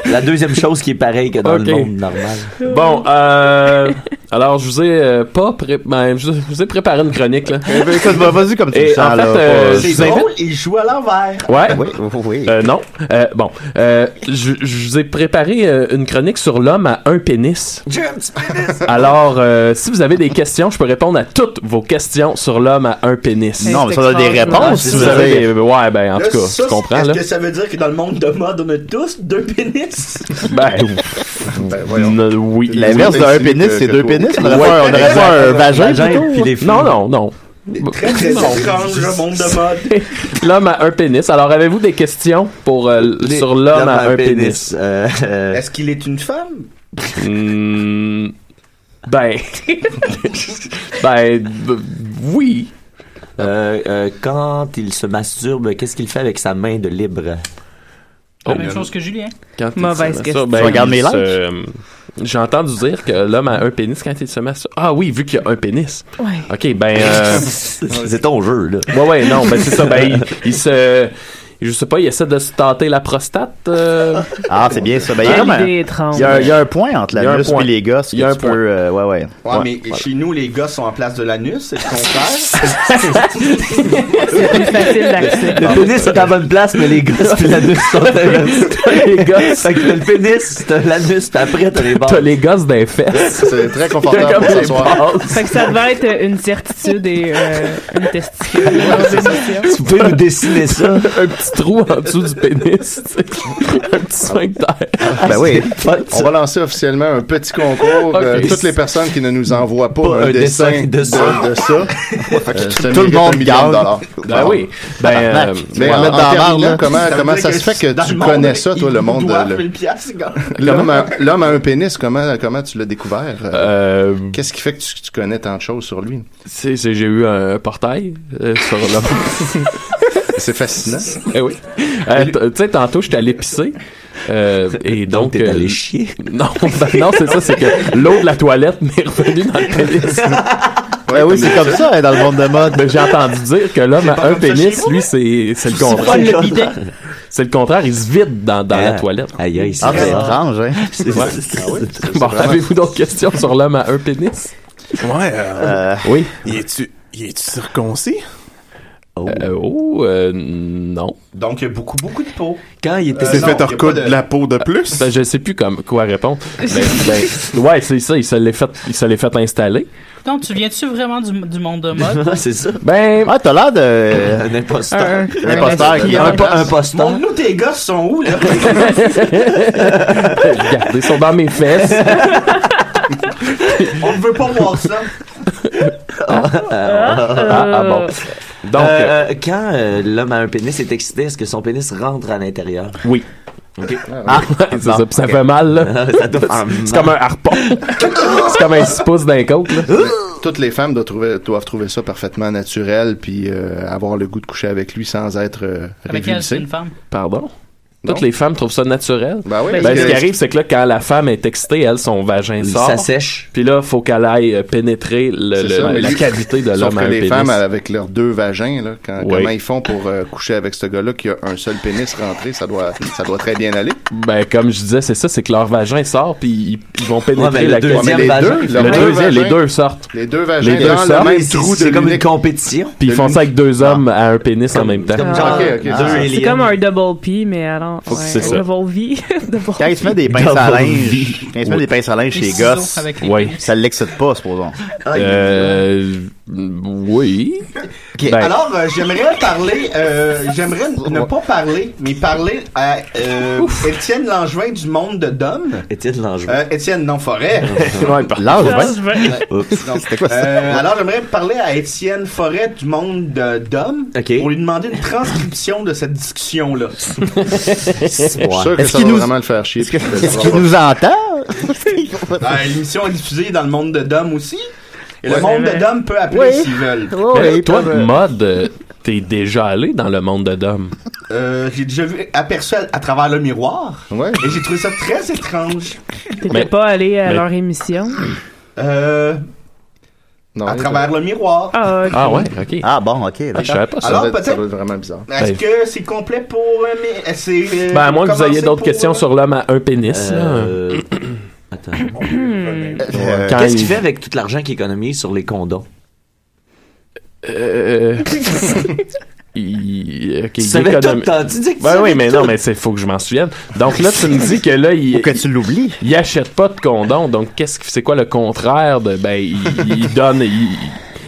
la deuxième chose qui est pareille que dans Ok. le monde normal. Bon, euh, alors je vous ai euh, pas pré- ben, je je vous ai préparé une chronique là. Écoute, bah, vas-y comme tu Et le sens, en fait, là, euh, pas- je C'est vous invite. drôle, il joue à l'envers. Ouais. Oui, oui. Euh, non. Euh, bon, euh, je, je vous ai préparé euh, une chronique sur l'homme à un pénis. J'ai un petit pénis. (laughs) Alors, euh, si vous avez des questions, je peux répondre à toutes vos questions sur l'homme à un pénis. Non, mais ça a des réponses, Si vous avez des... Ouais, ben, en Là, tout cas, ça, tu comprends, Est-ce là. que ça veut dire que dans le monde de mode, on a tous deux pénis? Ben, n- oui. L'inverse d'un pénis, c'est deux pénis. On aurait pas, on aurait pas un vagin, plutôt. Non, non, non. Très, très Non. étrange, le monde de mode. L'homme à un pénis. Alors, avez-vous des questions pour, euh, l- Les- sur l'homme à un pénis? euh, euh, Est-ce qu'il est une femme? Hmm, ben... (laughs) ben, b- oui. euh, euh, quand il se masturbe, qu'est-ce qu'il fait avec sa main de libre? La même chose que Julien. Quand il Mauvaise se masturbe, question. ben, Tu regardes il mes se- likes? euh, J'ai entendu dire que l'homme a un pénis quand il se masturbe. Ah oui, vu qu'il y a un pénis. Ouais. Ok, ben... (laughs) euh, c'est ton jeu, là. ouais, ouais, non, ben c'est ça. Ben, il, il se... Je sais pas, il essaie de se tenter la prostate. euh, Ah, c'est bien ça. Ben, il y a Quelle comme un- idée étrange. il y a un- il y a un point entre Il y a un la muscle point. et les gosses. Il y a que un tu point. peux, euh, Ouais, ouais. Ouais, mais chez nous, les gars sont en place de l'anus, (laughs) c'est le contraire. C'est facile ben, (laughs) d'accès. Le pénis est à bonne place, mais les gosses puis l'anus sont inversés. (laughs) les gosses, Fait que t'as le pénis, t'as l'anus, puis après t'as les barres. t'as les gosses d'un fesses. C'est très Il y a confortable comme pour des s'asseoir. passes. Fait que ça devait être euh, une certitude et euh, une testicule. Dans Tu peux (laughs) nous dessiner ça? un petit trou en dessous du pénis. tu sais. un petit sphincter. Ben oui. On va lancer officiellement un petit concours. euh, Ok. toutes les personnes qui ne nous envoient pas, Pas un, un dessin, dessin de de ça. de ça, euh, se Tout le mérite monde un million gagne. de dollars. Ben oui. Ben, euh, Mais Ouais, en, mettre en dans la terminant, marde, là. comment, veut comment dire ça se fait dans que tu le monde, connais ça, toi, ils le vous monde doivent de- le- 1000 piastres, gars. L'homme a, l'homme a un pénis, comment, comment tu l'as découvert? euh, euh, Qu'est-ce qui fait que tu, tu connais tant de choses sur lui? c'est- c'est- j'ai eu un portail euh, sur l'homme. (laughs) (laughs) C'est fascinant. eh oui. Euh, t- tu sais, tantôt, j'étais allé pisser. Euh, et donc. t'es euh, allé chier. (laughs) non, ben non, c'est ça, c'est que l'eau de la toilette m'est revenue (laughs) dans le pénis. Ben oui, c'est comme ça, hein, dans le monde de mode. Ben, j'ai entendu dire que l'homme a un comme ça chez pénis, vous, hein? lui, c'est c'est le contraire. (laughs) Le bidet. C'est le contraire, il se vide dans, dans la Ah. toilette. Aïe, aïe, c'est Ah, c'est vrai. étrange, hein. (laughs) C'est- c'est- Ah Bon, avez-vous d'autres questions sur l'homme à un pénis? Ouais, euh, Euh, Oui. y es-tu, y es-tu circoncis? Oh, oh euh, non. Donc, il y a beaucoup, beaucoup de peau. Quand il était- Euh, non, il y a pas de- plus? Ben, je sais plus comme, quoi (laughs) répondre. Mais, ben, ouais, c'est ça, il se l'est fait, il se l'est fait installer. Donc, tu viens-tu vraiment du, du monde de (laughs) mode? toi? c'est ça. Ben, ah, t'as l'air de. Un imposteur. Un- Un imposteur qui a un po- un poste. Montre-nous tes gosses sont où, là? Regardez, ils sont dans mes (laughs) fesses. On ne veut pas voir ça. ah, Ah, ah bon. Donc, Euh, euh, quand euh, l'homme a un pénis est excité, est-ce que son pénis rentre à l'intérieur? Oui. OK. Ah, (laughs) c'est ça, puis ça fait mal, là. Ah, Ah, Ça doit faire c'est mal. comme (laughs) un harpon. c'est comme un 6 pouces d'un côte, là. Euh, Toutes les femmes doivent trouver, doivent trouver ça parfaitement naturel, puis euh, avoir le goût de coucher avec lui sans être euh, Avec elle, c'est révulsé. une femme. Pardon? Non. Toutes les femmes trouvent ça naturel. Ben oui, ben, parce ce que- qui arrive, c'est que là, quand la femme est excitée, elle, son vagin Ça sort. sèche. Puis là, faut qu'elle aille euh, pénétrer le, C'est le- ça, mais la lui- cavité de Sauf l'homme que à un les pénis. femmes avec leurs deux vagins, là, quand- Oui. comment ils font pour euh, coucher avec ce gars-là qui a un seul pénis rentré, ça doit, ça doit très bien aller. Ben, comme je disais, c'est ça, c'est que leur vagin sort, puis ils, ils vont pénétrer Ouais, mais le la deuxième cavité. vagin, le ils font deuxième, deux vagins. les deux sortent. Les deux vagins Les deux dans sortes. le même C'est- trou de c'est comme une (laughs) l'unique- compétition. Puis ils font ça avec deux hommes à un pénis en même temps. Ah, Ah. C'est comme un double P, mais alors. Faut que ouais, c'est ça. Double V. (laughs) double Quand il se met des pinces à linge, quand il se met Oui. des pinces à linge Des chez les ciseaux gosses, avec les Ouais. pinces. Ah, ça l'excite pas, supposons. Euh, oui. Ben. Alors, euh, j'aimerais parler, euh, j'aimerais ne pas parler, mais parler à euh, Étienne Langevin du monde de Dom. Étienne Langevin. Euh, Étienne Nonforêt. Ouais, par- Langevin. Oups. (laughs) Non. Euh, alors, j'aimerais parler à Étienne Forêt du monde de Dom pour lui demander une transcription de cette discussion-là. Je suis sûr que Est-ce ça qu'il va nous- vraiment le faire chier. Est-ce (laughs) qu'il nous entend? Ah, L'émission est diffusée dans le monde de Dom aussi. Et le Ouais. monde Mais- de Dom peut appeler Oui. s'ils veulent. Mais là, toi, mode, euh, t'es déjà allé dans le monde de Dom. Euh, j'ai déjà vu aperçu à, à travers le miroir. Ouais. Et j'ai trouvé ça très étrange. T'étais Mais- pas allé à mais- leur émission? Euh, à travers le miroir. Ah, ok. Ah ouais, ok. Ah bon, ok. là. Ah, je savais pas ça. Alors, Ça doit être- peut-être- ça doit être vraiment bizarre. Est-ce Ben- que c'est complet pour. euh, mais- euh, c'est, euh, Ben, à moins que vous commencer ayez d'autres pour, euh, questions sur l'homme à un pénis, Euh, là. Attends. Hmm. Euh, quand Qu'est-ce il- qu'il fait avec tout l'argent qu'il économise sur les condoms? (coughs) Euh... il... ok, Tu il savais économi- tout, hein, tu dis que tu Ben oui, savais mais tout. non, mais c'est faut que je m'en souvienne. Donc là, tu me dis que là, il. que tu l'oublies. Il achète pas de condom. Donc qu'est-ce que c'est quoi le contraire de ben il, il donne il,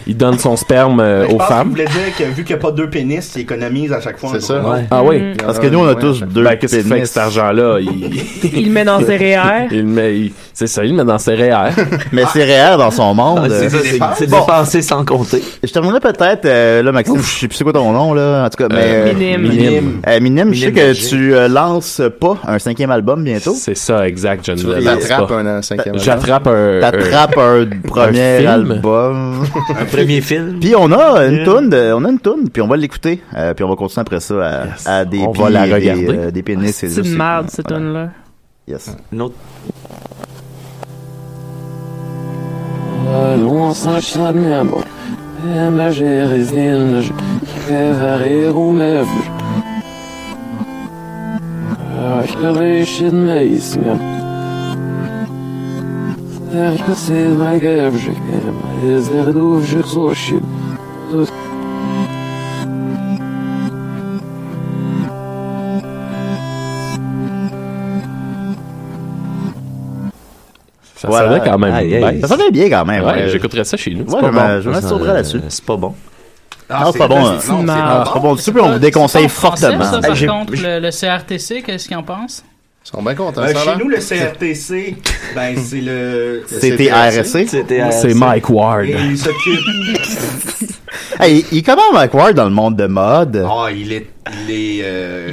il donne son sperme euh, Je aux pense que vous femmes. voulez dire que vu qu'il n'y a pas deux pénis, il économise à chaque fois. C'est ça. Ah Mm. Hmm. oui. Parce que nous, on a tous deux. Ben, qu'est-ce qu'il fait avec cet argent-là? Il... Il le met (laughs) dans ses REER. Il le met, il- c'est ça, il le met dans ses (laughs) REER. Mais c'est réel dans son monde. Ah, c'est ça, c'est- c'est dépensé sans compter. Je terminerai peut-être, euh, là, Maxime, je sais plus c'est quoi ton nom, là, en tout cas, mais... Euh, euh, Minim. Minim. Euh, Minim, je sais Minim que Berger. tu euh, lances pas un cinquième album bientôt. C'est ça, exact, je ne Tu le lance t'attrapes pas. un, euh, cinquième J'attrape un... album. T'attrapes un premier film. album. Un premier film. Puis on a une Yeah. toune, de- on a une toune, puis on va l'écouter, euh, puis on va continuer après ça à, à des On pieds, va la des, regarder. euh, des pénis. et je Ah, C'est sais une merde, plus. cette Voilà. donne là Yes. Une autre Non, ça chira bien bon. Là, j'ai résine, je vais varier au meuble. Acharé chez de maïs, bien. Là, c'est ma gueule, je crème. Les erdouves, je sois Ça sonnait quand même Aïe, aïe. bien. Ça sonnait bien quand même. Ouais, ouais. j'écouterais ça chez nous. Ouais, je me- je me sauverais là-dessus. Euh, C'est pas bon. Ah, non, hein. c'est pas bon. hein. c'est- Non, non, c'est c'est pas bon. Du tout, puis on vous déconseille Français, fortement. ça, par contre, le, le CRTC, qu'est-ce qu'ils en pensent? Ils sont bien contents. Euh, ça, chez là. nous, le CRTC, ben, c'est le. CTRC. CTRC. C'est Mike Ward. Et (laughs) il s'occupe. Hey, il est comment Mike Ward dans le monde de mode? Ah, il est. Il est. euh,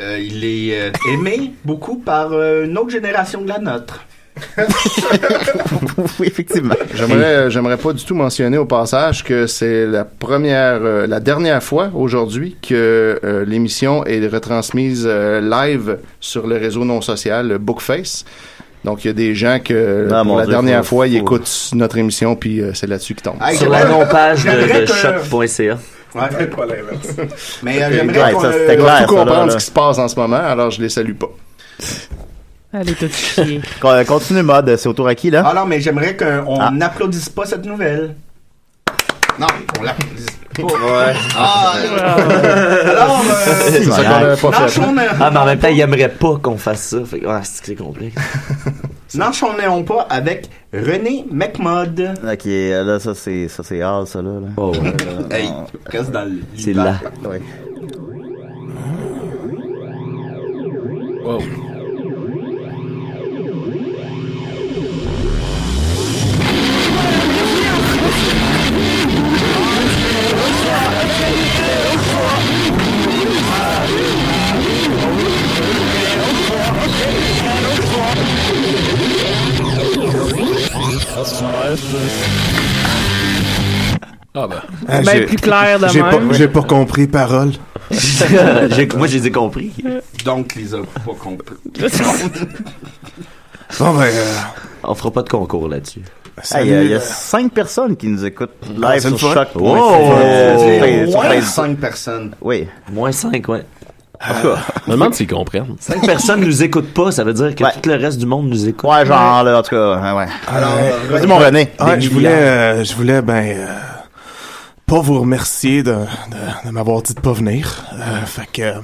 euh, il est euh, aimé beaucoup par euh, une autre génération de (laughs) la nôtre. (laughs) oui, effectivement. J'aimerais, euh, j'aimerais pas du tout mentionner au passage que c'est la première, euh, la dernière fois aujourd'hui que euh, l'émission est retransmise euh, live sur le réseau non social euh, Bookface. Donc il y a des gens que Ah, mon pour la Dieu, dernière faut- fois ils écoutent notre émission puis euh, c'est là-dessus qu'ils tombent. Hey, Sur la j'aimerais- non-page de, j'aimerais de que- choc.ca. Ouais, pas l'inverse. (laughs) Mais euh, Ok, j'aimerais ouais, qu'on, ça, euh, c'était clair, tout ça, là, comprendre là. ce ce qui se passe en ce moment, alors je les salue pas. Elle est toute chier. (laughs) Con- Continue mode, c'est autour à qui là? Ah. Ah non, mais j'aimerais qu'on n'applaudisse pas cette nouvelle. Non, on l'a. Ouais. Ah, euh, alors, euh, (laughs) C'est ça malade. qu'on avait pas fait. Marchons, euh, Ah, mais en même temps, il aimerait pas qu'on fasse ça. Fait que, ouais, c'est que c'est compliqué. n'enchaînons pas avec René McMod. Ok, euh, là, ça, c'est, ça, c'est hard, ça, là. là. hey, reste dans le. c'est là. Ouais. Wow. Ah bah. Ah, Ben, j'ai- plus clair de j'ai même. pas- J'ai pas compris (laughs) parole. J'ai- Moi, je les ai compris. Donc, les a pas (laughs) compris. Bon, ben. euh, On fera pas de concours là-dessus. Ah, Il y, a- il y a cinq personnes qui nous écoutent Ah, live c'est sur une fois. Choc. Oh! Ouais, sur Moins Facebook. 5 personnes. Oui. Moins 5, ouais. Je me demande s'ils comprennent. Cinq personnes nous écoutent pas, ça veut dire que tout le reste du monde nous écoute. Ouais, genre, là, en tout cas, ouais, ouais. Ah, Alors, euh, Vas-y, mon René. Ah, Des je voulais, euh, je voulais, ben, euh, pas vous remercier de, de, de m'avoir dit de pas venir. Euh, fait que, euh,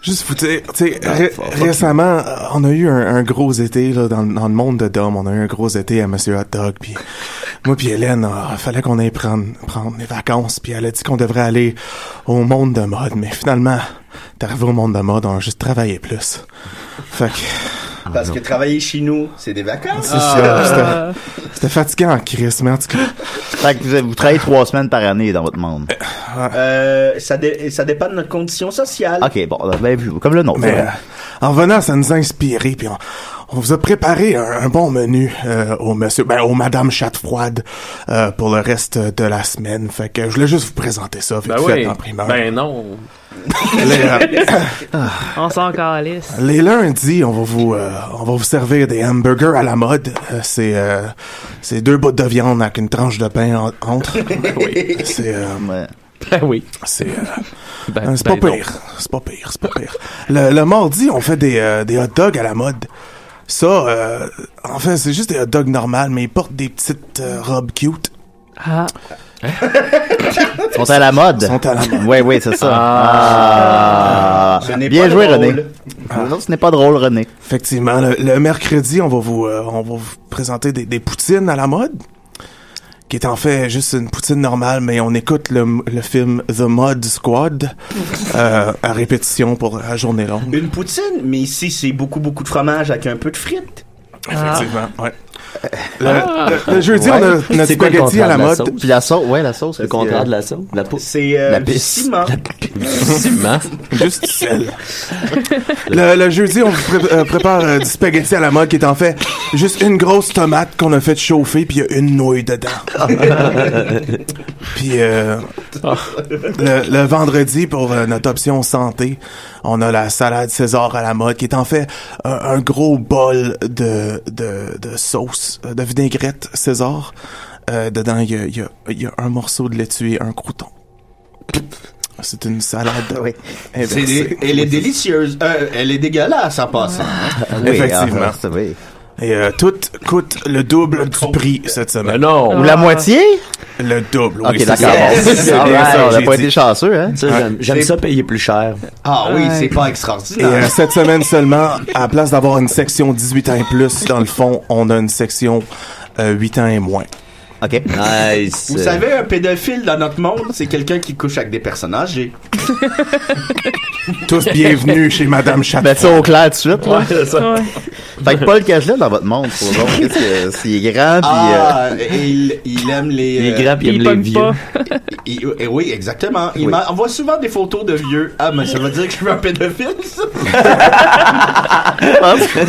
juste vous dire, tu Ah, sais, ré- récemment, euh, on a eu un, un gros été là, dans, dans le monde de Dom. On a eu un gros été à Monsieur Hot Dog. Puis moi, puis Hélène, il fallait qu'on aille prendre, prendre des vacances. Puis elle a dit qu'on devrait aller au monde de mode. Mais finalement, t'es arrivé au monde de mode, on a juste travaillé plus. Fait que. Ah, Parce que travailler chez nous, c'est des vacances. Ah. C'est Euh, ça. C'était- C'était fatigant en crise, mais en tout cas. Fait que vous, vous travaillez trois semaines par année dans votre monde. Euh, ça, dé- ça dépend de notre condition sociale. Ok, bon, ben, vu- comme le nôtre. Mais ouais. euh, en venant, ça nous a inspiré, puis on, on vous a préparé un, un bon menu euh, au monsieur, ben, au madame chatte froide euh, pour le reste de la semaine. Fait que je voulais juste vous présenter ça, vite Ben fait, oui. en primeur. Ben non. Les, euh, (laughs) On s'en calisse. les lundis, on va vous, euh, on va vous servir des hamburgers à la mode. Euh, c'est, euh, c'est deux bouts de viande avec une tranche de pain en- entre. Oui. C'est, euh, (laughs) Ben oui. c'est, euh, Ben, c'est pas ben non. pire. C'est pas pire, c'est pas pire. Le, le mardi, on fait des, euh, des hot dogs à la mode. Ça, euh, en fait, c'est juste des hot dogs normales, mais ils portent des petites euh, robes cute. Ah. Ils sont à la mode. Sont à la mode. Oui, oui, c'est ça. Ah. Ce n'est Bien pas joué, drôle. René. Non, ce n'est pas drôle, René. Effectivement, le, le mercredi, on va vous, euh, on va vous présenter des, des poutines à la mode, qui est en fait juste une poutine normale, mais on écoute le, le film The Mod Squad euh, à répétition pour la journée longue. Une poutine, mais ici, c'est beaucoup, beaucoup de fromage avec un peu de frites. Effectivement, Ah. ouais. Le, Euh, Euh, le- le jeudi, on a notre C'est quoi le spaghetti à la contraire de la mode. sauce? Puis la sauce, ouais, la sauce. Le c'est- contraire de la sauce. La peau. C'est euh, La du pisse. ciment. (laughs) Juste du sel. le, le jeudi, on vous pré- euh, prépare euh, du spaghetti à la mode qui est en fait juste une grosse tomate qu'on a fait chauffer puis il y a une nouille dedans. puis euh, le, le vendredi, pour euh, notre option santé, on a la salade César à la mode qui est en fait un, un gros bol de, de, de sauce, euh, de vinaigrette César. Euh, dedans, il y a, il y a- il y a un morceau de laitue et un crouton. C'est une salade. Oui. C'est inversée. des- Elle est délicieuse. Euh, elle est dégueulasse en passant. hein. Oui, Effectivement. ah, c'est- oui. Et euh, tout coûte le double du prix cette Ben semaine. non. Ou la moitié? Le double, oui. Ok, c'est d'accord. ça. bon. C'est bien Alright, ça, on n'a j'ai pas dit. été chanceux, hein? Ça, j'aime- J'aime ça payer plus cher. Ah oui, (laughs) c'est pas Et euh, extraordinaire. cette semaine seulement, à la place d'avoir une section 18 ans et plus, dans le fond, on a une section euh, 8 ans et moins. Ok. Nice. Vous savez, un pédophile dans notre monde, c'est quelqu'un qui couche avec des personnes âgées. Tous bienvenus chez Madame Chapeau. Mettre ça au clair tout de suite, là. Ouais. Fait que Paul Cagelet dans votre monde, pour donc, qu'est-ce que s'il est grand, puis... euh, Ah, et il, il aime les... Il est euh, grand pis il Il aime les pogne vieux. (laughs) pas. il- euh, oui, exactement. Il Oui. m'envoie souvent des photos de vieux. Ah, mais ça veut dire que je suis un pédophile, ça?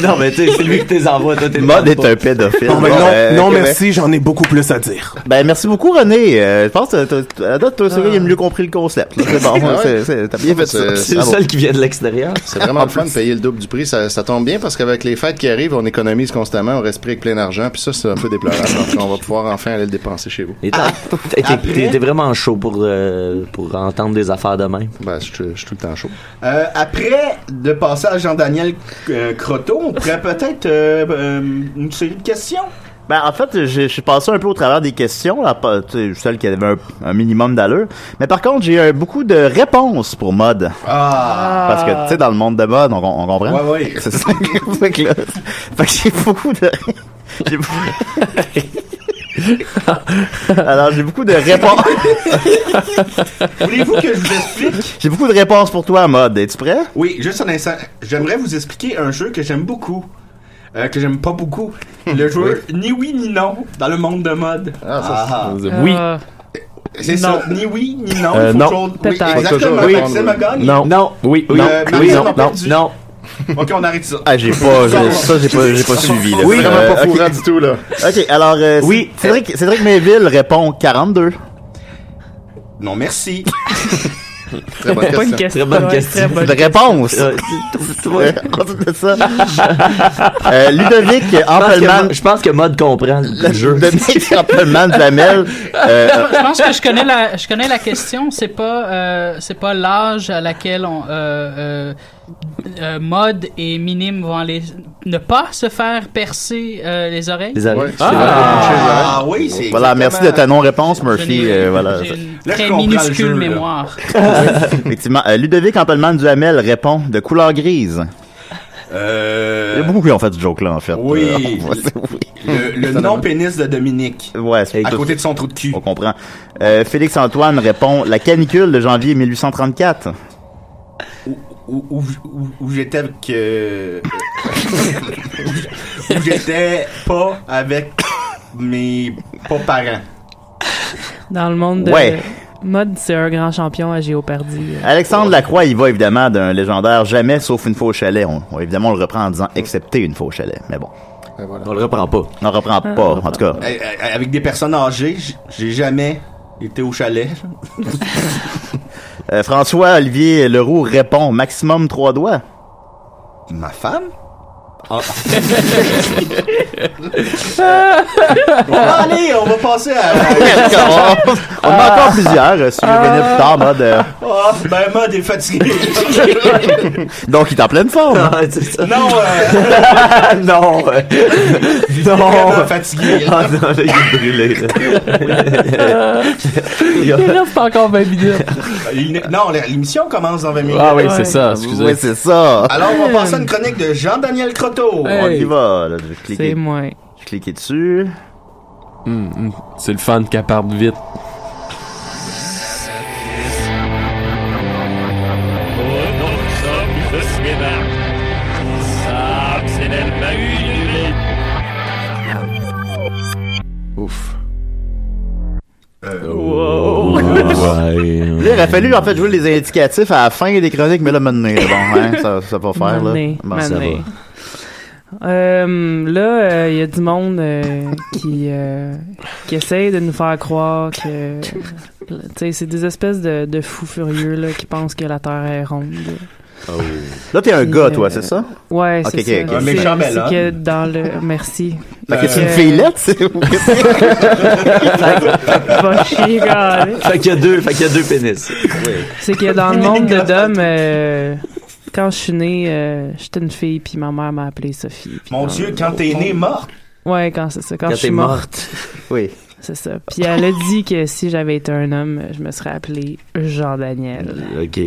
non, mais tu sais, c'est lui qui t'es envoie, toi, t'es Le (laughs) monde est pas. un pédophile. Bon, ben non, euh, non ok, ben- merci, j'en ai beaucoup plus à dire. Ben, merci beaucoup, René. Euh, je pense que t'as- t'as- à date, toi, c'est vrai, il a mieux compris le concept. là. (laughs) C'est bon, Ouais. c'est- c'est- t'as bien fait ça. C'est- C'est le Bravo. seul qui vient de l'extérieur. C'est vraiment le fun de payer le double du prix. Ça, ça tombe bien parce qu'avec les fêtes qui arrivent, on économise constamment, on reste pris avec plein d'argent. Puis ça, c'est un peu déplorable. Donc, on va pouvoir enfin aller le dépenser chez vous. Et t'as- t'es- t'es- T'es t'es vraiment chaud pour, euh, pour entendre des affaires de même. Ben, je suis je suis tout le temps chaud. Euh, après de passer à Jean-Daniel euh, Croteau, on pourrait peut-être euh, euh, une série de questions. Ben, en fait, j'ai- je suis passé un peu au travers des questions, là, pas- tu sais, celle qui avait un, un minimum d'allure. Mais par contre, j'ai eu beaucoup de réponses pour mode. Ah! Parce que, tu sais, dans le monde de mode, on, on comprend. Ouais, ouais. C'est ça que, (laughs) fait que là, fait que j'ai beaucoup de... (laughs) j'ai beaucoup- Alors, j'ai beaucoup de réponses. Voulez-vous que je vous explique? J'ai beaucoup de réponses pour toi, mode. Es-tu prêt? Oui, juste un instant. J'aimerais vous expliquer un jeu que j'aime beaucoup. Euh, que j'aime pas beaucoup. Le jeu Ni oui ni non dans le monde de mode. ça, c'est- Ah. Oui. C'est Non. ça, ni oui ni non. Euh, il faut non. toujours- Oui, Peut-être. exactement. Oui. Maxime a gagné. Non. Non. Oui. Non. Euh, Oui. Maxime Non. a perdu. Non. Ok, on arrête ça. Ah, j'ai (laughs) pas, j'ai- ça, j'ai pas, j'ai pas suivi, là. Oui, Euh, vraiment pas ok. fourrant du tout, là. Ok, alors, euh, oui. Cédric, Cédric Méville répond 42. Non, merci. Très bonne Pas une question. question. Très bonne Ouais, question. très bonne (laughs) C'est une réponse. Euh, Ouais, ensuite de ça. Euh, Ludovic Je pense que Ampelman. Mo- Je pense que Mod comprend le jeu. Ludovic Ampelman Flamel. euh, Je pense que je connais la, je connais la question. C'est pas, euh, c'est pas l'âge à laquelle on, euh, euh, euh, Mod et Minim vont aller ne pas se faire percer euh, les oreilles. Les oreilles. Ah, Ah. Ah oui, c'est. Voilà, merci exactement- de ta non-réponse, Murphy. euh, voilà. Là, je Très comprends le minuscule jeu, là. (laughs) mémoire. (laughs) Effectivement. Euh, Ludovic Ampelman Duhamel répond de couleur grise. Il y a Euh, beaucoup qui ont fait ce joke-là, en fait. Euh, (laughs) oui. on voit ça, oui. Le, le non-pénis de Dominique. Ouais, c'est À côté de son trou de cul. On comprend. Euh, Félix-Antoine répond La canicule de janvier 1834. Où, où- où- où j'étais avec. euh, (laughs) où j'étais pas avec mes pas parents. Dans le monde de Ouais. mode, c'est un grand champion à Géopardie. Alexandre Lacroix, il va évidemment d'un légendaire jamais sauf une fois au chalet. On, on- évidemment, on le reprend en disant excepté une fois au chalet. Mais bon. Ben On le reprend pas. On le reprend Ah. pas, en tout cas. Euh, euh, Avec des personnes âgées, j- j'ai jamais été au chalet. (laughs) Euh, François-Olivier Leroux répond maximum trois doigts. Ma femme Ah. Bon, allez, on va passer (laughs) à. on on en a encore plusieurs. euh, Si je venais plus tard, en mode. euh, Ah, ben, mode est (laughs) fatigué. donc, il est en pleine forme. Non, Ah, c'est ça. non, euh, (laughs) non. euh, vraiment non. fatigué. hein. Ah non, là, il est brûlé. (laughs) là. Il Il a- reste encore 20 minutes. Il n'est- Euh, Non, la- l'émission commence dans 20 minutes. Ah oui, c'est ça. Excusez. Oui, c'est ça. Alors, on va passer à une chronique de Jean-Daniel Oh, Croteau. On y va. là, je vais cliquer- C'est moi. je vais cliquer dessus. Hum, hum. C'est le fan qui parle vite. Ouf. Euh, Oh. Là, il aurait fallu en fait jouer les indicatifs à la fin des chroniques, mais là, maintenant, bon, hein, ça, ça va faire. Là. Mané, Bon, ça mané. va. Euh, là, euh, il y a du monde euh, qui, euh, qui essaye de nous faire croire que. Tu sais, c'est des espèces de, de fous furieux là, qui pensent que la Terre est ronde. Oh. Là, t'es un Puis, gars, euh, toi, c'est ça? Ouais, Ok, c'est ok, ça. ok. Un C'est- méchant c'est bel que dans le. Merci. Fait que c'est une Euh, fillette, (laughs) c'est Va chier, gars. Fait qu'il y a deux, fait qu'il y a deux pénis. C'est que (laughs) dans le monde de Dom, euh, quand je suis née, euh, j'étais une fille, puis ma mère m'a appelée Sophie. puis Mon dans- Dieu, quand t'es né mort, Ouais, quand Ah, c'est ça. Quand, Quand je suis t'es morte. morte. Oui. C'est (laughs) ça. Puis elle a dit que si j'avais été un homme, je me serais appelé Jean-Daniel. Ok.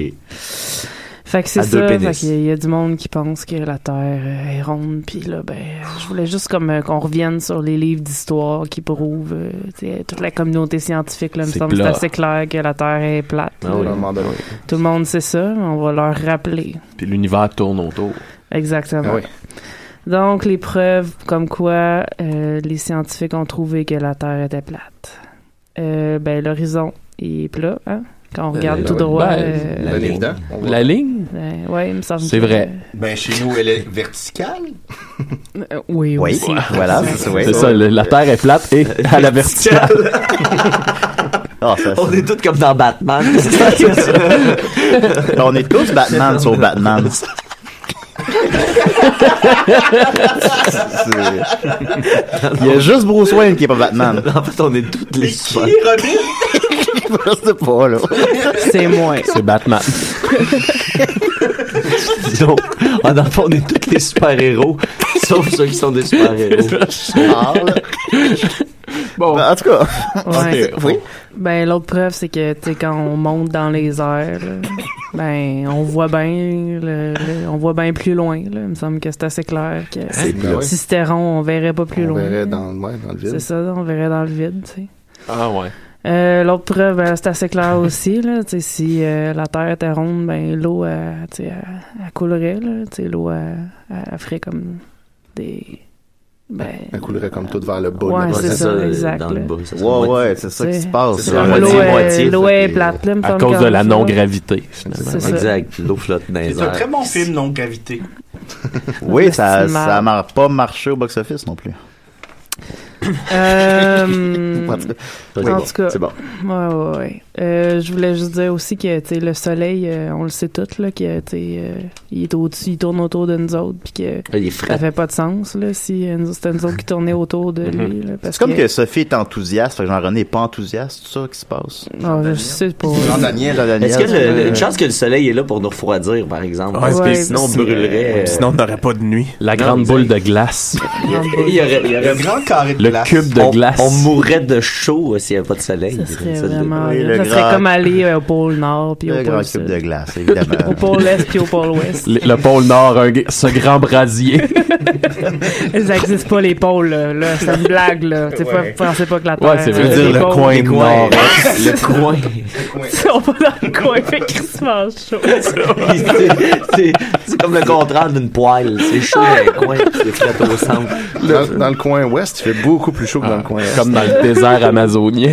Fait que c'est À deux ça. Fait pénis. qu'il y a- il y a du monde qui pense que la Terre euh, est ronde. Puis là, ben, je voulais juste comme euh, qu'on revienne sur les livres d'histoire qui prouvent. euh, tu sais, toute la communauté scientifique, là, me C'est semble, c'est plat. assez clair que la Terre est plate. Ah là. Tout le monde sait ça. On va leur rappeler. Puis l'univers tourne autour. Exactement. Ah oui. Donc, les preuves comme quoi euh, les scientifiques ont trouvé que la Terre était plate. Euh, ben, l'horizon est plat, hein? Quand on regarde ben, tout ouais. droit. Ben, euh, Bien ligne. évident. On va- La ligne? euh, ouais, il me semble C'est que- vrai. ben chez nous, elle est verticale. Euh, oui, Oui, (laughs) aussi. voilà, c'est ça. oui. C'est ça, le- la Terre est plate (laughs) et à la verticale. Ah, ça, ça. On est tous comme dans Batman. (laughs) On est tous Batman sur Batman. C'est- Il y a juste Bruce Wayne qui est pas Batman. (laughs) en fait, on est toutes les (laughs) Qui est Robin? Je sais pas, là. C'est moi. C'est Batman. Donc, en enfant, on est tous des super-héros, sauf ceux qui sont des super-héros. Ah. Charles. Bon. Ben, en tout cas. (laughs) Ouais. oui. Ben, l'autre preuve, c'est que, tu sais, quand on monte dans les airs, (coughs) là, ben, on voit bien, le- le- on voit bien plus loin, là. Il me semble que c'est assez clair que C'est clair. si c'était rond, on verrait pas plus On loin. verrait dans, le- ouais, dans le vide. C'est ça, on verrait dans le vide, tu sais. Ah ouais. Euh, L'autre preuve, euh, c'est assez (laughs) clair aussi. Là, Tu sais, si euh, la Terre était ronde, ben, l'eau elle, tu sais, elle- elle coulerait. là. Tu sais, L'eau elle, elle- elle ferait comme des. Ben, Elle coulerait comme tout vers le bas. Ouais, là-bas. c'est ça, exact, là. Ouais, ouais, c'est ça qui se passe. C'est ça, l'eau est- l'eau est plate, là, me À semble cause de comme la ça. non-gravité, finalement. C'est ça. Exact, l'eau flotte dans les C'est un très airs. bon film, non cavité. Oui, ça Estimable. ça m'a pas marché au box-office non plus. Euh, En tout cas, (laughs) en tout cas, C'est bon. Ouais, ouais, ouais. Euh, je voulais juste dire aussi que tu sais, le soleil, euh, on le sait tous, là, que, tu sais, euh, il, est au-dessus, il tourne autour de nous autres, puis que Il est ça frais. fait pas de sens là, si euh, nous- c'était nous autres qui tournaient autour de lui. là, parce Mm-hmm. C'est comme que Sophie est enthousiaste, fait que Jean-René est pas enthousiaste, c'est ça qui se passe. Ah, je sais pas. Jean-Daniel. Jean-Daniel, Est-ce qu'il y a le- le- une euh, chance que le soleil est là pour nous refroidir, par exemple? Ouais, Ouais, c'est- Sinon, on c'est- brûlerait. euh, Sinon, on n'aurait pas de nuit. La grande boule de (laughs) glace. il y aurait- il y aurait- il y Le aurait- grand carré de Le glace. cube de Oh. on, glace. on mourrait de chaud euh, s'il n'y avait pas de soleil. Ça serait Ça, vraiment. oui, ça le grand- serait comme aller euh, au pôle Nord puis au le grand pôle Sud. cube de (laughs) glace, évidemment. Au pôle Est puis au pôle Ouest. Le, le pôle Nord, un g- ce grand brasier. (laughs) Ils n'existent pas les pôles, là. là, c'est une blague, là. Tu sais, Ouais. faut- pensez pas que la Terre. Ouais, c'est euh, vrai. les dire le pôles- coin le coin. nord. le coin. Ils sont pas dans le coin, fait crissement chaud. C'est- c'est- C'est comme le contraire d'une poêle. C'est chaud dans le coin, c'est frais au centre. Dans, dans le coin ouest, il fait beaucoup plus chaud que dans le coin est. comme dans (laughs) le désert amazonien.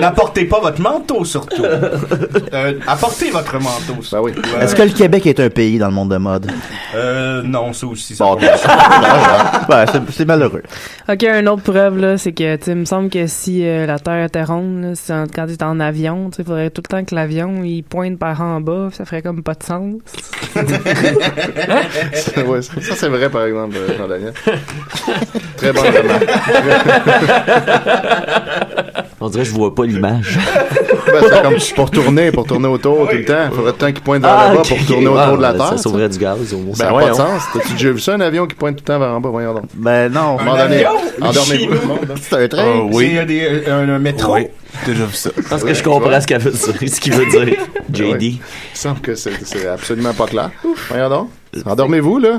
N'apportez pas votre manteau, surtout. Euh, apportez votre manteau, ça. Ben oui. Ouais. Est-ce que le Québec est un pays dans le monde de (laughs) mode? Euh, non, ça aussi, ça. Bon, va. ben, ben, c'est- c'est malheureux. Ok, une autre preuve, là, c'est que, tu sais, il me semble que si euh, la Terre était ronde, là, si on- quand tu es en avion, tu sais, il faudrait tout le temps que l'avion, il pointe par en bas, ça ferait comme pas de sens. (laughs) Ouais, ça, ça, c'est vrai, par exemple, euh, Jean-Daniel. Très bon remarque. On dirait que je vois pas l'image. Ben, c'est (laughs) comme pour tourner, pour tourner autour tout le temps. Il faudrait tout le temps qu'il pointe vers le bas ok. pour tourner autour Ah, de la ben, Terre. tu Ça Ben, sais. Ben, sauverait du gaz au moins. Ça n'a pas de sens. T'as-tu déjà vu ça, un avion qui pointe tout le temps vers en bas? Voyons donc. Ben non, À un moment donné, avion? endormez-vous. Chez nous? c'est un train. Oh oui. C'est euh, des- euh, un, un métro. Oui, déjà vu ça. Je pense que je comprends ce (laughs) qu'elle veut dire, ce qu'il veut (laughs) dire. JD. Ben Il semble que c'est c'est absolument pas clair. Voyons donc. Endormez-vous, là.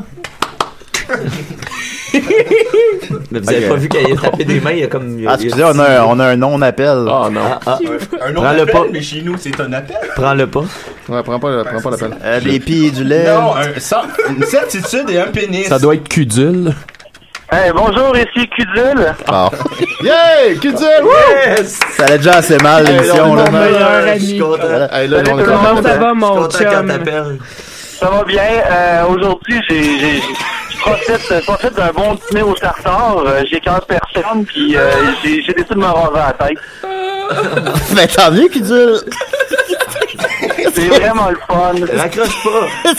Mais vous avez Ok. pas vu qu'elle a tapé des mains, il y a comme. il y a- Ah, excusez, on a un, on a un non-appel. Oh non. Ah, (laughs) ah, Euh, Un autre Prends le appel, pas. mais chez nous, c'est un appel. prends-le pas. Ouais, prends pas, prends pas la peine. Euh, des pieds et du lait. Non, un- sans- une certitude et un pénis. Ça doit être cudule. Bon. Ah. Yay! Qui dit? Wouh! Ça allait déjà assez mal, l'émission, là. meilleur Je suis ami. content. Hey, là, on est Comment content. ça va, Je suis mon content quand chum? t'appelles. Ça va bien. Euh, Aujourd'hui, j'ai j'ai- je profite, je profite d'un bon dîner au tartare. Euh, J'ai 15 personnes, puis euh, j'ai j'ai décidé de me raser la tête. Mais tant mieux qu'il dure. C'est vraiment le fun. Raccroche pas.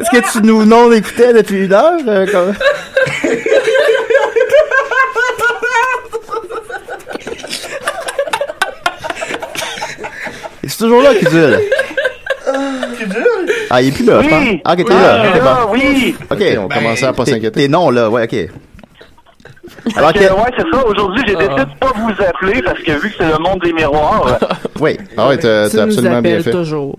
Est-ce que tu nous non écoutais depuis une heure? euh, comme- C'est toujours là qu'il dure. Ah, il est plus là, je pense. Ah, ok, t'es là. ok, bon. Ah oui! Ok, Ok, on commençait à pas T'es- s'inquiéter. T'es non là, ouais, ok. Alors Que- que. ouais, c'est ça. Aujourd'hui, j'ai décidé de pas vous appeler parce que vu que c'est le monde des miroirs, Oui. Ah ouais, t'as Tu t'as nous absolument bien appelles fait. toujours.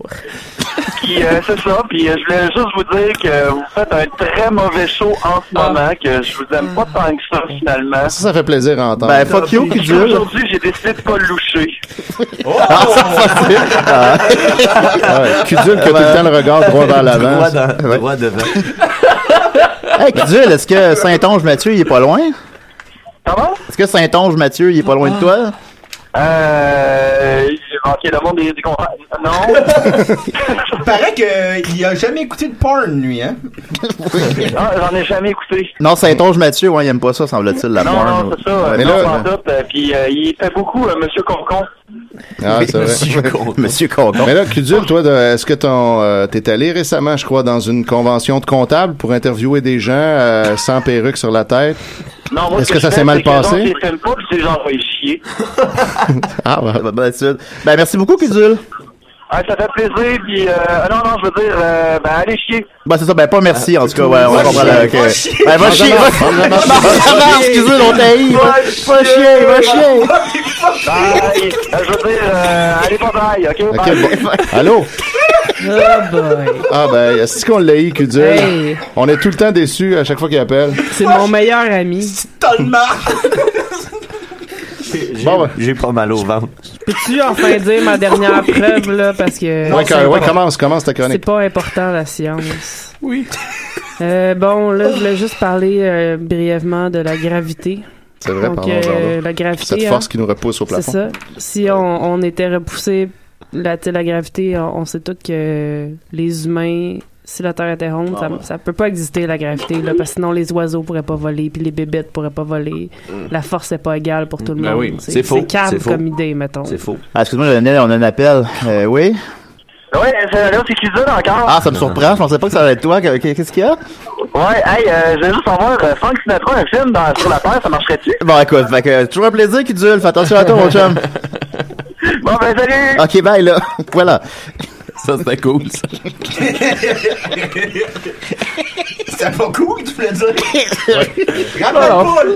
puis euh, c'est ça. Puis euh, je voulais juste vous dire que vous faites un très mauvais show en ce moment, que je vous aime pas tant que ça finalement. Ça, ça fait plaisir à entendre. Ben, fuck you qui dure. Aujourd'hui, j'ai décidé de pas le loucher. Ah. Ah, qui dure que tout le temps le regard droit vers l'avant. Droit, dans- droit devant. Hey, qui dure, est-ce que Saint-Onge Mathieu, il est pas loin? Comment? Est-ce que Saint-Onge Mathieu, il est pas loin de toi? Euh. Ok, le monde des. des con- (laughs) Non. Il paraît qu'il a jamais écouté de porn, lui, (laughs) hein? Ah, j'en ai jamais écouté. Non, Saint-Onge Mathieu, ouais, il aime pas ça, semble-t-il, la Non, porn. non, c'est ça. Mais euh, non, là- pas en tout, euh, Puis euh, il fait beaucoup, euh, Monsieur Concon. Ah, c'est vrai. Monsieur Condon. Monsieur Condon. Mais là, Cudule, toi, de- est-ce que ton, euh, t'es allé récemment, je crois, dans une convention de comptables pour interviewer des gens euh, sans perruque sur la tête, Non, moi, Est-ce ce que ça je s'est fais, mal c'est que non, passé? Je les filme pas, puis c'est genre, ouais, chier. (laughs) Ah, ouais. Bonne attitude. Ben, merci beaucoup, Kudul. Ah, ça fait plaisir, puis euh, ah non, non, je veux dire, euh, ben, allez chier. Ben, c'est ça. Ben, pas Euh, merci, en tout cas. Ouais, on Va comprend. chier, la- ok. va chier. Ben, va chier. Va Va (laughs) va- chier. va- Excusez, on t'a haï. Va- Va chier, va chier. Bye. Euh, je veux dire, euh, allez, pas bye, ok? Ok, Bye. (laughs) bon. Allô? Ah ben, est-ce qu'on l'a eu, Cudul? Hey. On est tout le temps déçus à chaque fois qu'il appelle. C'est mon meilleur ami. Tellement! J'ai ben. j'ai pas mal au ventre. Peux-tu enfin dire ma dernière preuve, là, parce que... ouais, c'est quand- ouais, pas- commence, commence ta C'est chronique. pas important, la science. Oui. bon, là, je voulais juste parler euh, brièvement de la gravité. C'est vrai, Donc, pardon, euh, Jordan. la gravité... Cette force hein, qui nous repousse au plafond. C'est ça. Si on, on était repoussé, la, tu sais, la gravité, on, on sait tous que les humains, si la Terre était Ah ronde, ça, ça peut pas exister, la gravité, là, parce que sinon les oiseaux pourraient pas voler, puis les bébêtes pourraient pas voler. Mm. La force n'est pas égale pour tout le Ben monde. oui. C'est- C'est faux. C'est C'est calme faux. comme idée, mettons. faux. Ah, excuse-moi, Lionel, on a un appel. Euh, oui? Ouais, c'est- là, c'est Kizun encore. Ah, ça me surprend. Je pensais pas que ça allait être toi. Que- que- Qu'est-ce qu'il y a? Ouais, hey, euh, je voulais juste savoir, euh, Frank Sinatra, un film dans, sur la Terre, ça marcherait-tu? Bon, écoute, fait que, euh, toujours un plaisir, Kudul. Fais attention à toi, (laughs) mon chum. Bon, ben, salut! Ok, bye, là. (laughs) voilà. Ça, c'était cool, ça. (laughs) C'était pas cool, tu voulais dire? Non, non.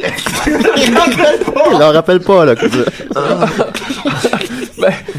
Rappelle pas! Rappelle (laughs) Il pas! leur rappelle pas, là, Kudul.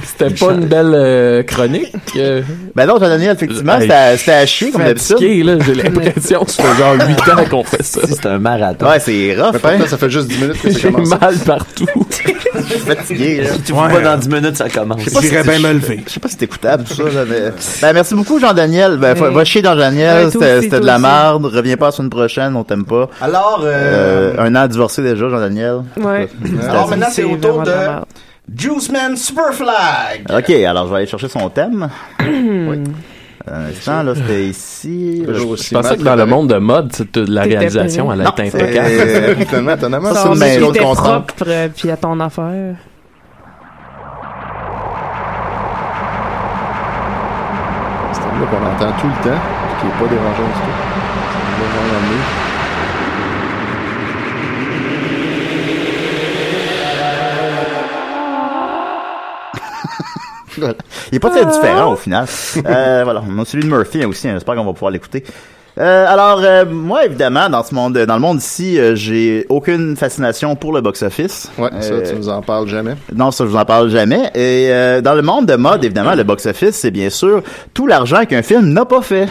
C'était pas une belle euh, chronique. euh. Ben non, Jean-Daniel, effectivement, c'était à- c'était à chier comme d'habitude. Fatigué, là, j'ai (laughs) l'impression que ça fait genre 8 ans qu'on fait ça. C'est un marathon. Ouais, c'est rough, Mais pas hein? tant, ça fait juste 10 minutes que ça J'ai commence. mal partout. (laughs) Fatigué, là. Si tu vois Ouais, pas euh, dans 10 minutes, ça commence. sais pas si J'irais bien c'est- me lever. Je sais pas si c'est écoutable, tout ça, là, (laughs) mais... Ben, merci beaucoup, Jean-Daniel. Ben, fa- Ouais. va chier dans Jean-Daniel. Ouais, toi C'était aussi, c'était de toi la aussi. merde. Reviens pas la semaine prochaine, on t'aime pas. Alors, euh, Euh, un an divorcé déjà, Jean-Daniel. Ouais. alors maintenant, c'est au tour vraiment la de merde. Juiceman Superflag! Ok, alors je vais aller chercher son (clears throat) thème. oui. Un instant, là, c'était ici. Là, Toujours je- aussi Je pensais mal que dans le préparé. monde de mode, c'est de la T'étais réalisation, elle a prévenu. été c'est- impeccable. (laughs) Euh, Finalement, étonnamment, Ça, c'est on dit une maison que de t'es contrat. propre, euh, puis à ton affaire. C'est un là qu'on entend tout le temps, qui est pas dérangeant du tout. C'est une bonne année. (laughs) Voilà. Il est pas très différent au final. (laughs) Euh, voilà, on a celui de Murphy aussi. hein. J'espère qu'on va pouvoir l'écouter. Euh, alors, euh, moi, évidemment, dans ce monde, dans le monde ici, euh, j'ai aucune fascination pour le box-office. Ouais, Euh, ça, tu nous en parles jamais. Non, ça, je vous en parle jamais. Et euh, dans le monde de mode, évidemment, le box-office, c'est bien sûr tout l'argent qu'un film n'a pas fait.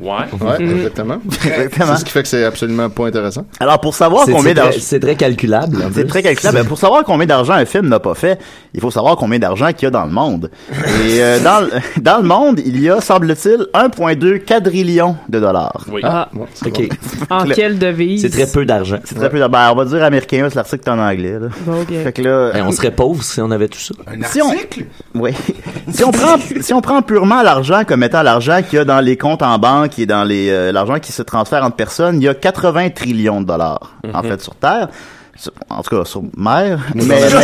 Ouais, (laughs) exactement. Exactement. C'est ce qui fait que c'est absolument pas intéressant. Alors, pour savoir C'est- combien c'est très- d'argent... C'est très calculable. en C'est plus. très calculable. Ben, pour savoir combien d'argent un film n'a pas fait, il faut savoir combien d'argent qu'il y a dans le monde. Et (laughs) euh, dans, le- dans le monde, il y a, semble-t-il, 1,2 quadrillion de dollars. Ah, Bon, c'est Ok, (laughs) en Le- quelle devise? c'est très peu d'argent. C'est très peu d'argent. Ben, on va dire américain, parce que l'article est en anglais. Là. Bon, ok. Fait que là, Eh, on serait pauvre si on avait tout ça. Un Si on- article? Oui. si on prend si on prend purement l'argent comme étant l'argent qu'il y a dans les comptes en banque et dans les euh, l'argent qui se transfère entre personnes, il y a 80 trillions de dollars en fait sur terre. Sur- En tout cas, sur mer. Mais, mais, bon.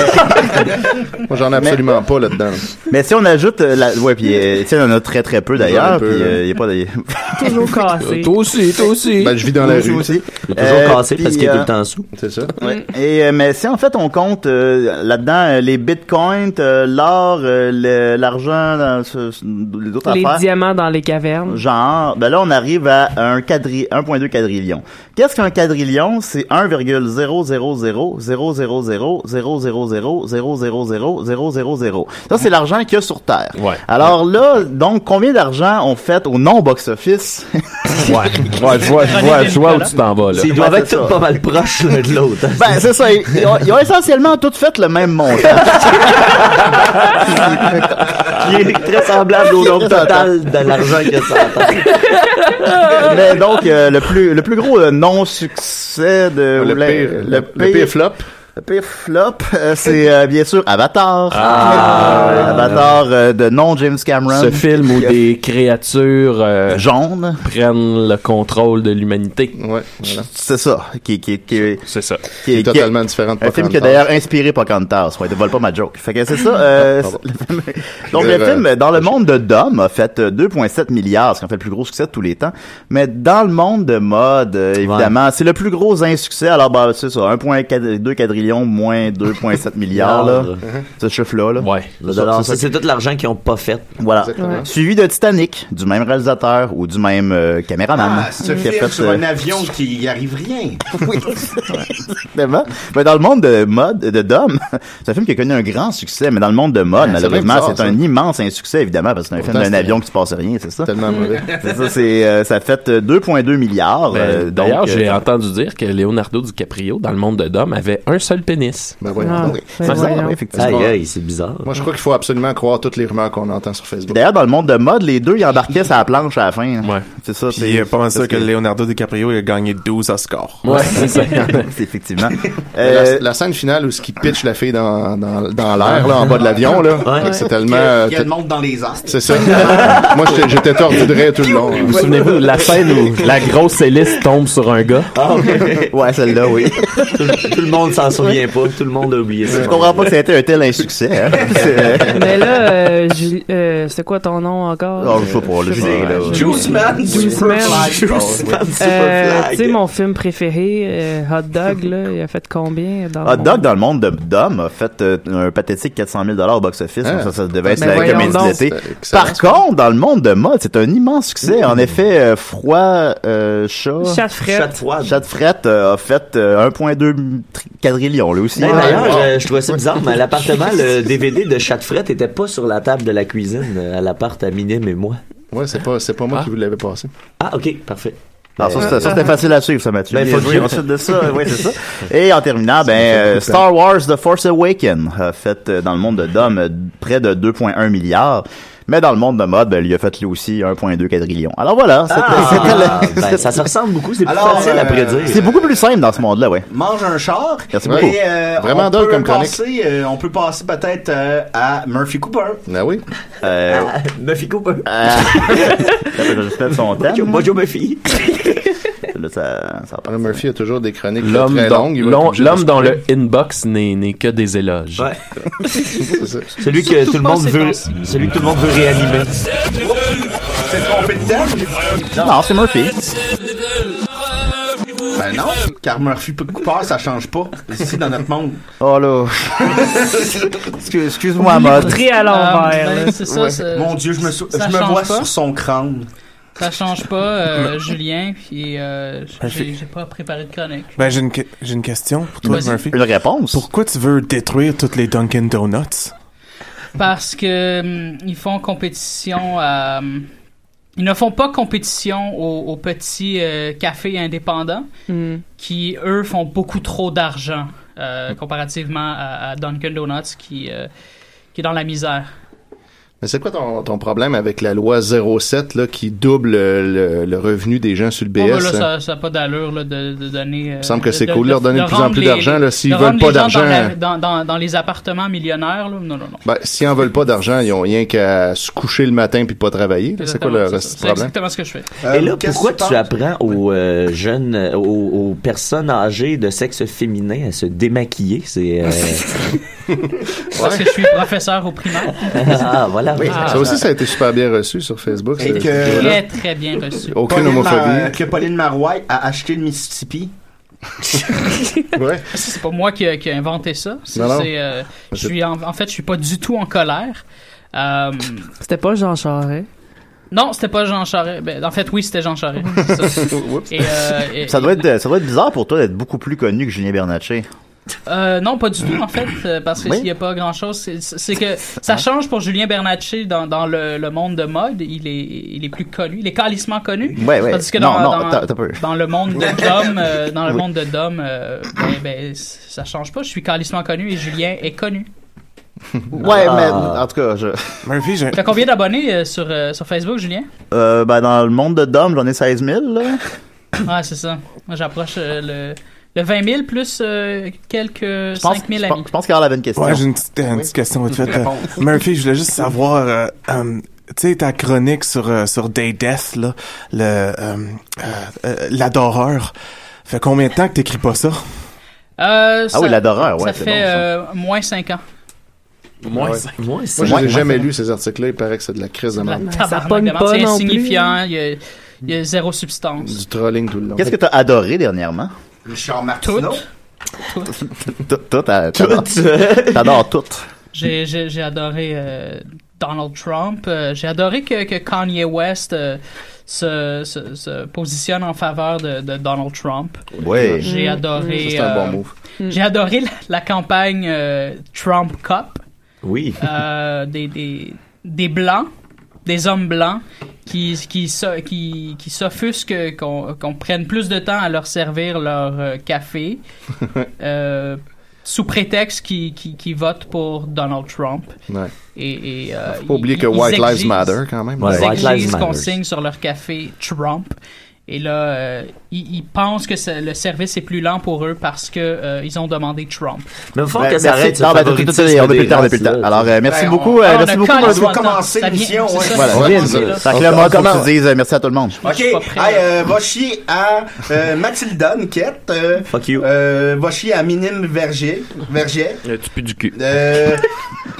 Moi, j'en ai absolument pas là-dedans. mais si on ajoute euh, la, ouais, puis euh, tu sais, il y en a très très peu J'en ai d'ailleurs. peu, Puis là. euh, il y a pas de- (laughs) Toujours cassé. Toi aussi, toi aussi. Ben, je vis dans la Aussi, rue. aussi. Il est Euh, toujours cassé puis, parce qu'il est tout euh, le temps sous. C'est ça. Ouais. Et euh, mais si en fait on compte euh, là-dedans euh, les bitcoins, euh, l'or, euh, le- l'argent, dans ce- ce- les autres Les affaires. diamants dans les (laughs) cavernes. Genre, ben là, on arrive à un quadri, 1.2 quadrillion. Qu'est-ce qu'un quadrillion? C'est 1,0000000000000000000. Ça, c'est l'argent qu'il y a sur Terre. Ouais. Alors là, donc, combien d'argent on fait au non-box-office? (laughs) Ouais, ouais, je vois, je vois, je vois où tu t'en vas, là. Ils Ouais, doivent c'est être tous ça. pas mal proches l'un de l'autre. hein. ben, c'est ça. Ils, ils ont, ils ont essentiellement toutes fait le (laughs) même montant. Il est très semblable au nombre total de l'argent que ça entend. Mais donc, euh, le plus, le plus gros euh, non-succès de... Le ou la- pire, le, le pire flop. Le pire flop, euh, c'est euh, bien sûr Avatar. Ah, Euh, Avatar euh, de non James Cameron. Ce film où Qui a- des créatures euh, jaunes prennent le contrôle de l'humanité. C'est ça. Qui, qui, qui, c'est ça. Qui est totalement différent de Un film qui Pocahontas. a d'ailleurs inspiré Pocahontas. Ouais, te vole pas ma joke. Fait que c'est ça. euh, Pardon. c'est- le film- Donc le Euh, film dans le monde de Dom a fait euh, 2,7 milliards, ce qui en fait le plus gros succès de tous les temps. Mais dans le monde de mode, euh, évidemment, c'est le plus gros insuccès. Alors bah c'est ça, 1,2 quadrillion moins 2,7 milliards là. Mhm. Ce chiffre-là. Là. Ouais. Ça, ça, c'est tout l'argent qu'ils ont pas fait. Voilà. Exactement. Ouais. Suivi de Titanic, du même réalisateur ou du même euh, caméraman. Ah, ce qui a film fait, sur euh, un avion qui y arrive rien. Exactement. Mais dans le monde de mode, de Dom, (laughs) c'est un film qui a connu un grand succès, mais dans le monde de mode, Ouais, c'est malheureusement, bien bizarre, c'est un ça. immense insuccès, évidemment, parce que c'est un film Pourtant, d'un c'était- avion qui se passe rien, c'est ça? Tellement mauvais. (laughs) C'est ça, c'est, euh, ça a fait euh, 2,2 milliards. Ben, euh, donc, D'ailleurs, j'ai euh, entendu dire que Leonardo DiCaprio, dans le monde de Dom, avait un seul pénis. Ben voyons Ah, donc. ben Ça, ça, voyons. oui, Aïe, effectivement. aïe, c'est bizarre. Moi, je crois qu'il faut absolument croire toutes les rumeurs qu'on entend sur Facebook. D'ailleurs, dans le monde de mode, les deux, ils embarquaient sur la planche à la fin. hein. C'est ça. Puis, euh, pas mal parce sûr que Leonardo DiCaprio il a gagné 12 Oscars. Euh, Ouais, c'est ça. (laughs) (laughs) Effectivement. Euh, la, la scène finale où ce qui pitch la fille dans, dans, dans l'air, là, en bas de l'avion, là. Fait que C'est tellement. euh, Il y a le monde dans les arbres. C'est ça. Moi, j'étais- j'étais tordu de rire tout le long. Vous vous souvenez-vous (laughs) de la scène où la grosse hélice tombe sur un gars? ouais, celle-là, oui. tout, tout le monde s'en souvient pas. Tout le monde a oublié ça. Je comprends pas que ça a été un tel insuccès. hein. C'est- Mais là, euh, Julie- euh, c'est quoi ton nom encore? Oh, je sais pas, là, je sais pas, là. Juice Man, Juice Man. Juice Man, Euh, Superfly. Tu sais, mon film préféré, euh, Hot Dog, là, il a fait combien? Dans le Hot monde? Dog, dans le monde de d'hommes, a fait euh, un pathétique 400 000 au box-office. Ah. Donc Ça, ça devait être Ben la voyons comédie donc. de l'été. C'est excellent, Par contre, dans le monde de mode, c'est un immense succès. En effet, euh, Froid, euh, Chat... Chat Frette. Chat Froide. Chat Frette, euh, a fait euh, 1,2 tri- quadrillion, lui aussi. Hey, Ben, D'ailleurs, euh, je, je trouvais ça bizarre, mais à l'appartement, le DVD de Chatfrette était pas sur la table de la cuisine euh, à l'appart à Minim et moi. Ouais, c'est pas, c'est pas moi qui vous l'avais passé. Ah, ok, parfait. Alors, Ah, ça, c'était- ça, c'était facile à suivre, ça, (laughs) Mathieu. Ben, Bien faut joué. dire. Ensuite de ça, oui, c'est ça. (laughs) Et en terminant, ben, euh, Star Wars The Force Awakens a fait euh, dans le monde de Dom euh, près de 2,1 milliards. Mais dans le monde de mode, ben, il a fait lui aussi 1,2 quadrillion. Alors voilà, c'était- Ah, c'était le- ben, (laughs) ça se ressemble beaucoup, c'est plus Alors, facile à euh, prédire. C'est beaucoup plus simple dans ce monde-là, ouais. mange un char. Merci mais, beaucoup. euh, Vraiment on drôle peut comme chronique. passer, euh, on peut passer peut-être euh, à Murphy Cooper. Ah oui. Euh, Ah, Murphy Cooper. J'espère son thème. Bonjour, bonjour, Murphy. Là, ça, ça passe. Murphy a toujours des chroniques L'homme très dans, longues. il va être l'on- obligé de l'homme se dans couper. le inbox n'est n'est que des éloges. Celui que tout le monde veut, celui que tout le monde veut réanimer. C'est trompé dedans? Non, c'est Murphy. Ben non, car Murphy Cooper, ça change pas ici dans notre monde. Oh là. Excuse- Excuse-moi, mode. Très à l'envers. Ah, ben, là. c'est ça, c'est- Mon Dieu, je me, sou- ça je me change vois pas. sur son crâne. Ça change pas, euh, Julien, puis euh, j'ai Parfait. j'ai pas préparé de chronique. Ben, j'ai une, que- j'ai une question pour toi, Vas-y. Murphy. Une réponse. Pourquoi tu veux détruire toutes les Dunkin' Donuts? Parce que hum, ils font compétition à. hum, ils ne font pas compétition aux, aux petits euh, cafés indépendants Mm. qui, eux, font beaucoup trop d'argent euh, Hmm. comparativement à, à Dunkin' Donuts qui, euh, qui est dans la misère. Mais c'est quoi ton, ton problème avec la loi 07 là, qui double euh, le, le revenu des gens sur le BS? Bon, ben là, hein? ça- ça n'a pas d'allure là, de, de donner. euh, Il me semble que de- c'est de- cool de leur donner de plus en rendre plus les- d'argent, là, s'ils de veulent rendre pas les gens dans d'argent. la- Dans, dans- dans les appartements millionnaires, là. non, non, non. Ben, s'ils en veulent pas d'argent, ils ont rien qu'à se coucher le matin puis pas travailler. là. C'est quoi le Exactement, reste du C'est problème? exactement ce que je fais. Et là, Euh, qu'est-ce pourquoi qui tu se passe? apprends aux euh, jeunes, euh, aux, aux personnes âgées de sexe féminin à se démaquiller (laughs) C'est euh, Parce que je suis professeur au primaire. (laughs) (laughs) ah voilà. Oui, ça aussi, ça a été super bien reçu sur Facebook. Et ce- que- ce vidéo-là. Très, très bien reçu. Aucune Pauline homophobie. Mar- que Pauline Marois a acheté le Mississippi. ouais. Ah, C'est pas moi qui, qui a inventé ça. C'est- Non, non. c'est, euh, je suis en, en fait, je suis pas du tout en colère. Euh, C'était pas Jean Charest. non, c'était pas Jean Charest. Ben, en fait, oui, c'était Jean Charest. C'est ça. Et, euh, et- Ça doit, être, ça doit être bizarre pour toi d'être beaucoup plus connu que Julien Bernatchez. Euh, non, pas du tout, en fait, euh, parce qu'il Oui. n'y a pas grand-chose. C'est- C'est que ça change pour Julien Bernatchez dans, dans le, le monde de mode. Il est, il est plus connu. Il est calissement connu. Ouais, ouais. Tandis que Non, dans, non, dans, t'as- t'as peu. dans le monde de Dom, euh, dans le Oui. monde de Dom, euh, ben, ben, c- ça change pas. Je suis calissement connu et Julien est connu. Ouais, mais en tout cas, je. Murphy, j'ai. T'as combien d'abonnés euh, sur, euh, sur Facebook, Julien? (coughs) Euh, ben, dans le monde de Dom, j'en ai 16 000, là. Ouais, c'est ça. Moi, j'approche euh, le, Le 20 000 plus euh, quelques 5 000 je amis. pense, je pense qu'Arl avait une question. Ouais, j'ai une petite, une petite question vite faite. Euh, Murphy, je voulais juste savoir, euh, euh, tu sais, ta chronique sur, euh, sur Day Death, là, le, euh, euh, euh, l'adoreur, fait combien de temps que t'écris pas ça? Ah Euh, ça- oui, la d'horreur, ouais, Ça c'est fait bon, ça. euh, moins 5 ans. Moins Ouais. cinq. Moi, cinq. je les ai Moins jamais cinq. lu ces articles-là. Il paraît que c'est de la crise de La merde. tabarnak pogne de merde, pas C'est non plus. insignifiant, il y, a, il y a zéro substance. Du trolling tout le long. Qu'est-ce que t'as adoré dernièrement? Richard Martineau. Tout, tout, t'as- t'adores t'adores tout. J'ai j'ai- j'ai adoré euh, Donald Trump. Euh, J'ai adoré que, que Kanye West euh, se, se- se positionne en faveur de, de Donald Trump. Ouais. J'ai Mm. adoré. Ça, c'est un bon euh, move. J'ai adoré la, la campagne euh, Trump Cup. Oui. Euh, des, des, des blancs, des hommes blancs qui, qui, se- qui, qui s'offusquent qu'on, qu'on prenne plus de temps à leur servir leur euh, café euh, sous prétexte qu'ils, qu'ils- qu'ils votent pour Donald Trump. Ouais. Et, et, euh, Faut pas oublier ils- que ils White Lives exigent- Matter, quand même. Ouais, Ils White exigent Lives qu'on Matter. signe sur leur café Trump. Et là, euh, ils, ils pensent que ça- le service est plus lent pour eux parce que euh, ils ont demandé Trump. Mais il faut Ben, que ça merci. arrête. ce Non, ben, tout, tout, tout, favoritisme on a plus le temps, on a des plus le temps. races, Alors, euh, là. merci beaucoup, euh, Ah, on merci a beaucoup, collé Vince. son temps. commencer Ça vient- l'émission, c'est ouais. ça, Voilà, c'est Vince. ça, là. Fait que là, moi, comme tu dises, euh, merci à tout le monde. Ok, hey, euh, va chier à euh, Mathilda Niquette. euh, Fuck you. euh, va chier à Minime Verger. Verger. Euh, tu pues du cul. Euh,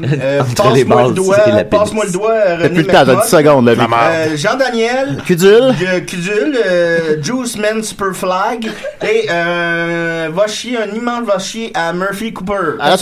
euh, (laughs) Entre les passe-moi bases, le doigt, c'est la pénis. passe-moi le doigt, euh, T'as René plus le temps, t'as McMahon. 10 secondes, là, Vic. Euh, Jean-Daniel. Cudule. Euh, Cudule, euh, Juice Man Superflag. Et euh, va chier, un immense va chier à Murphy Cooper. À la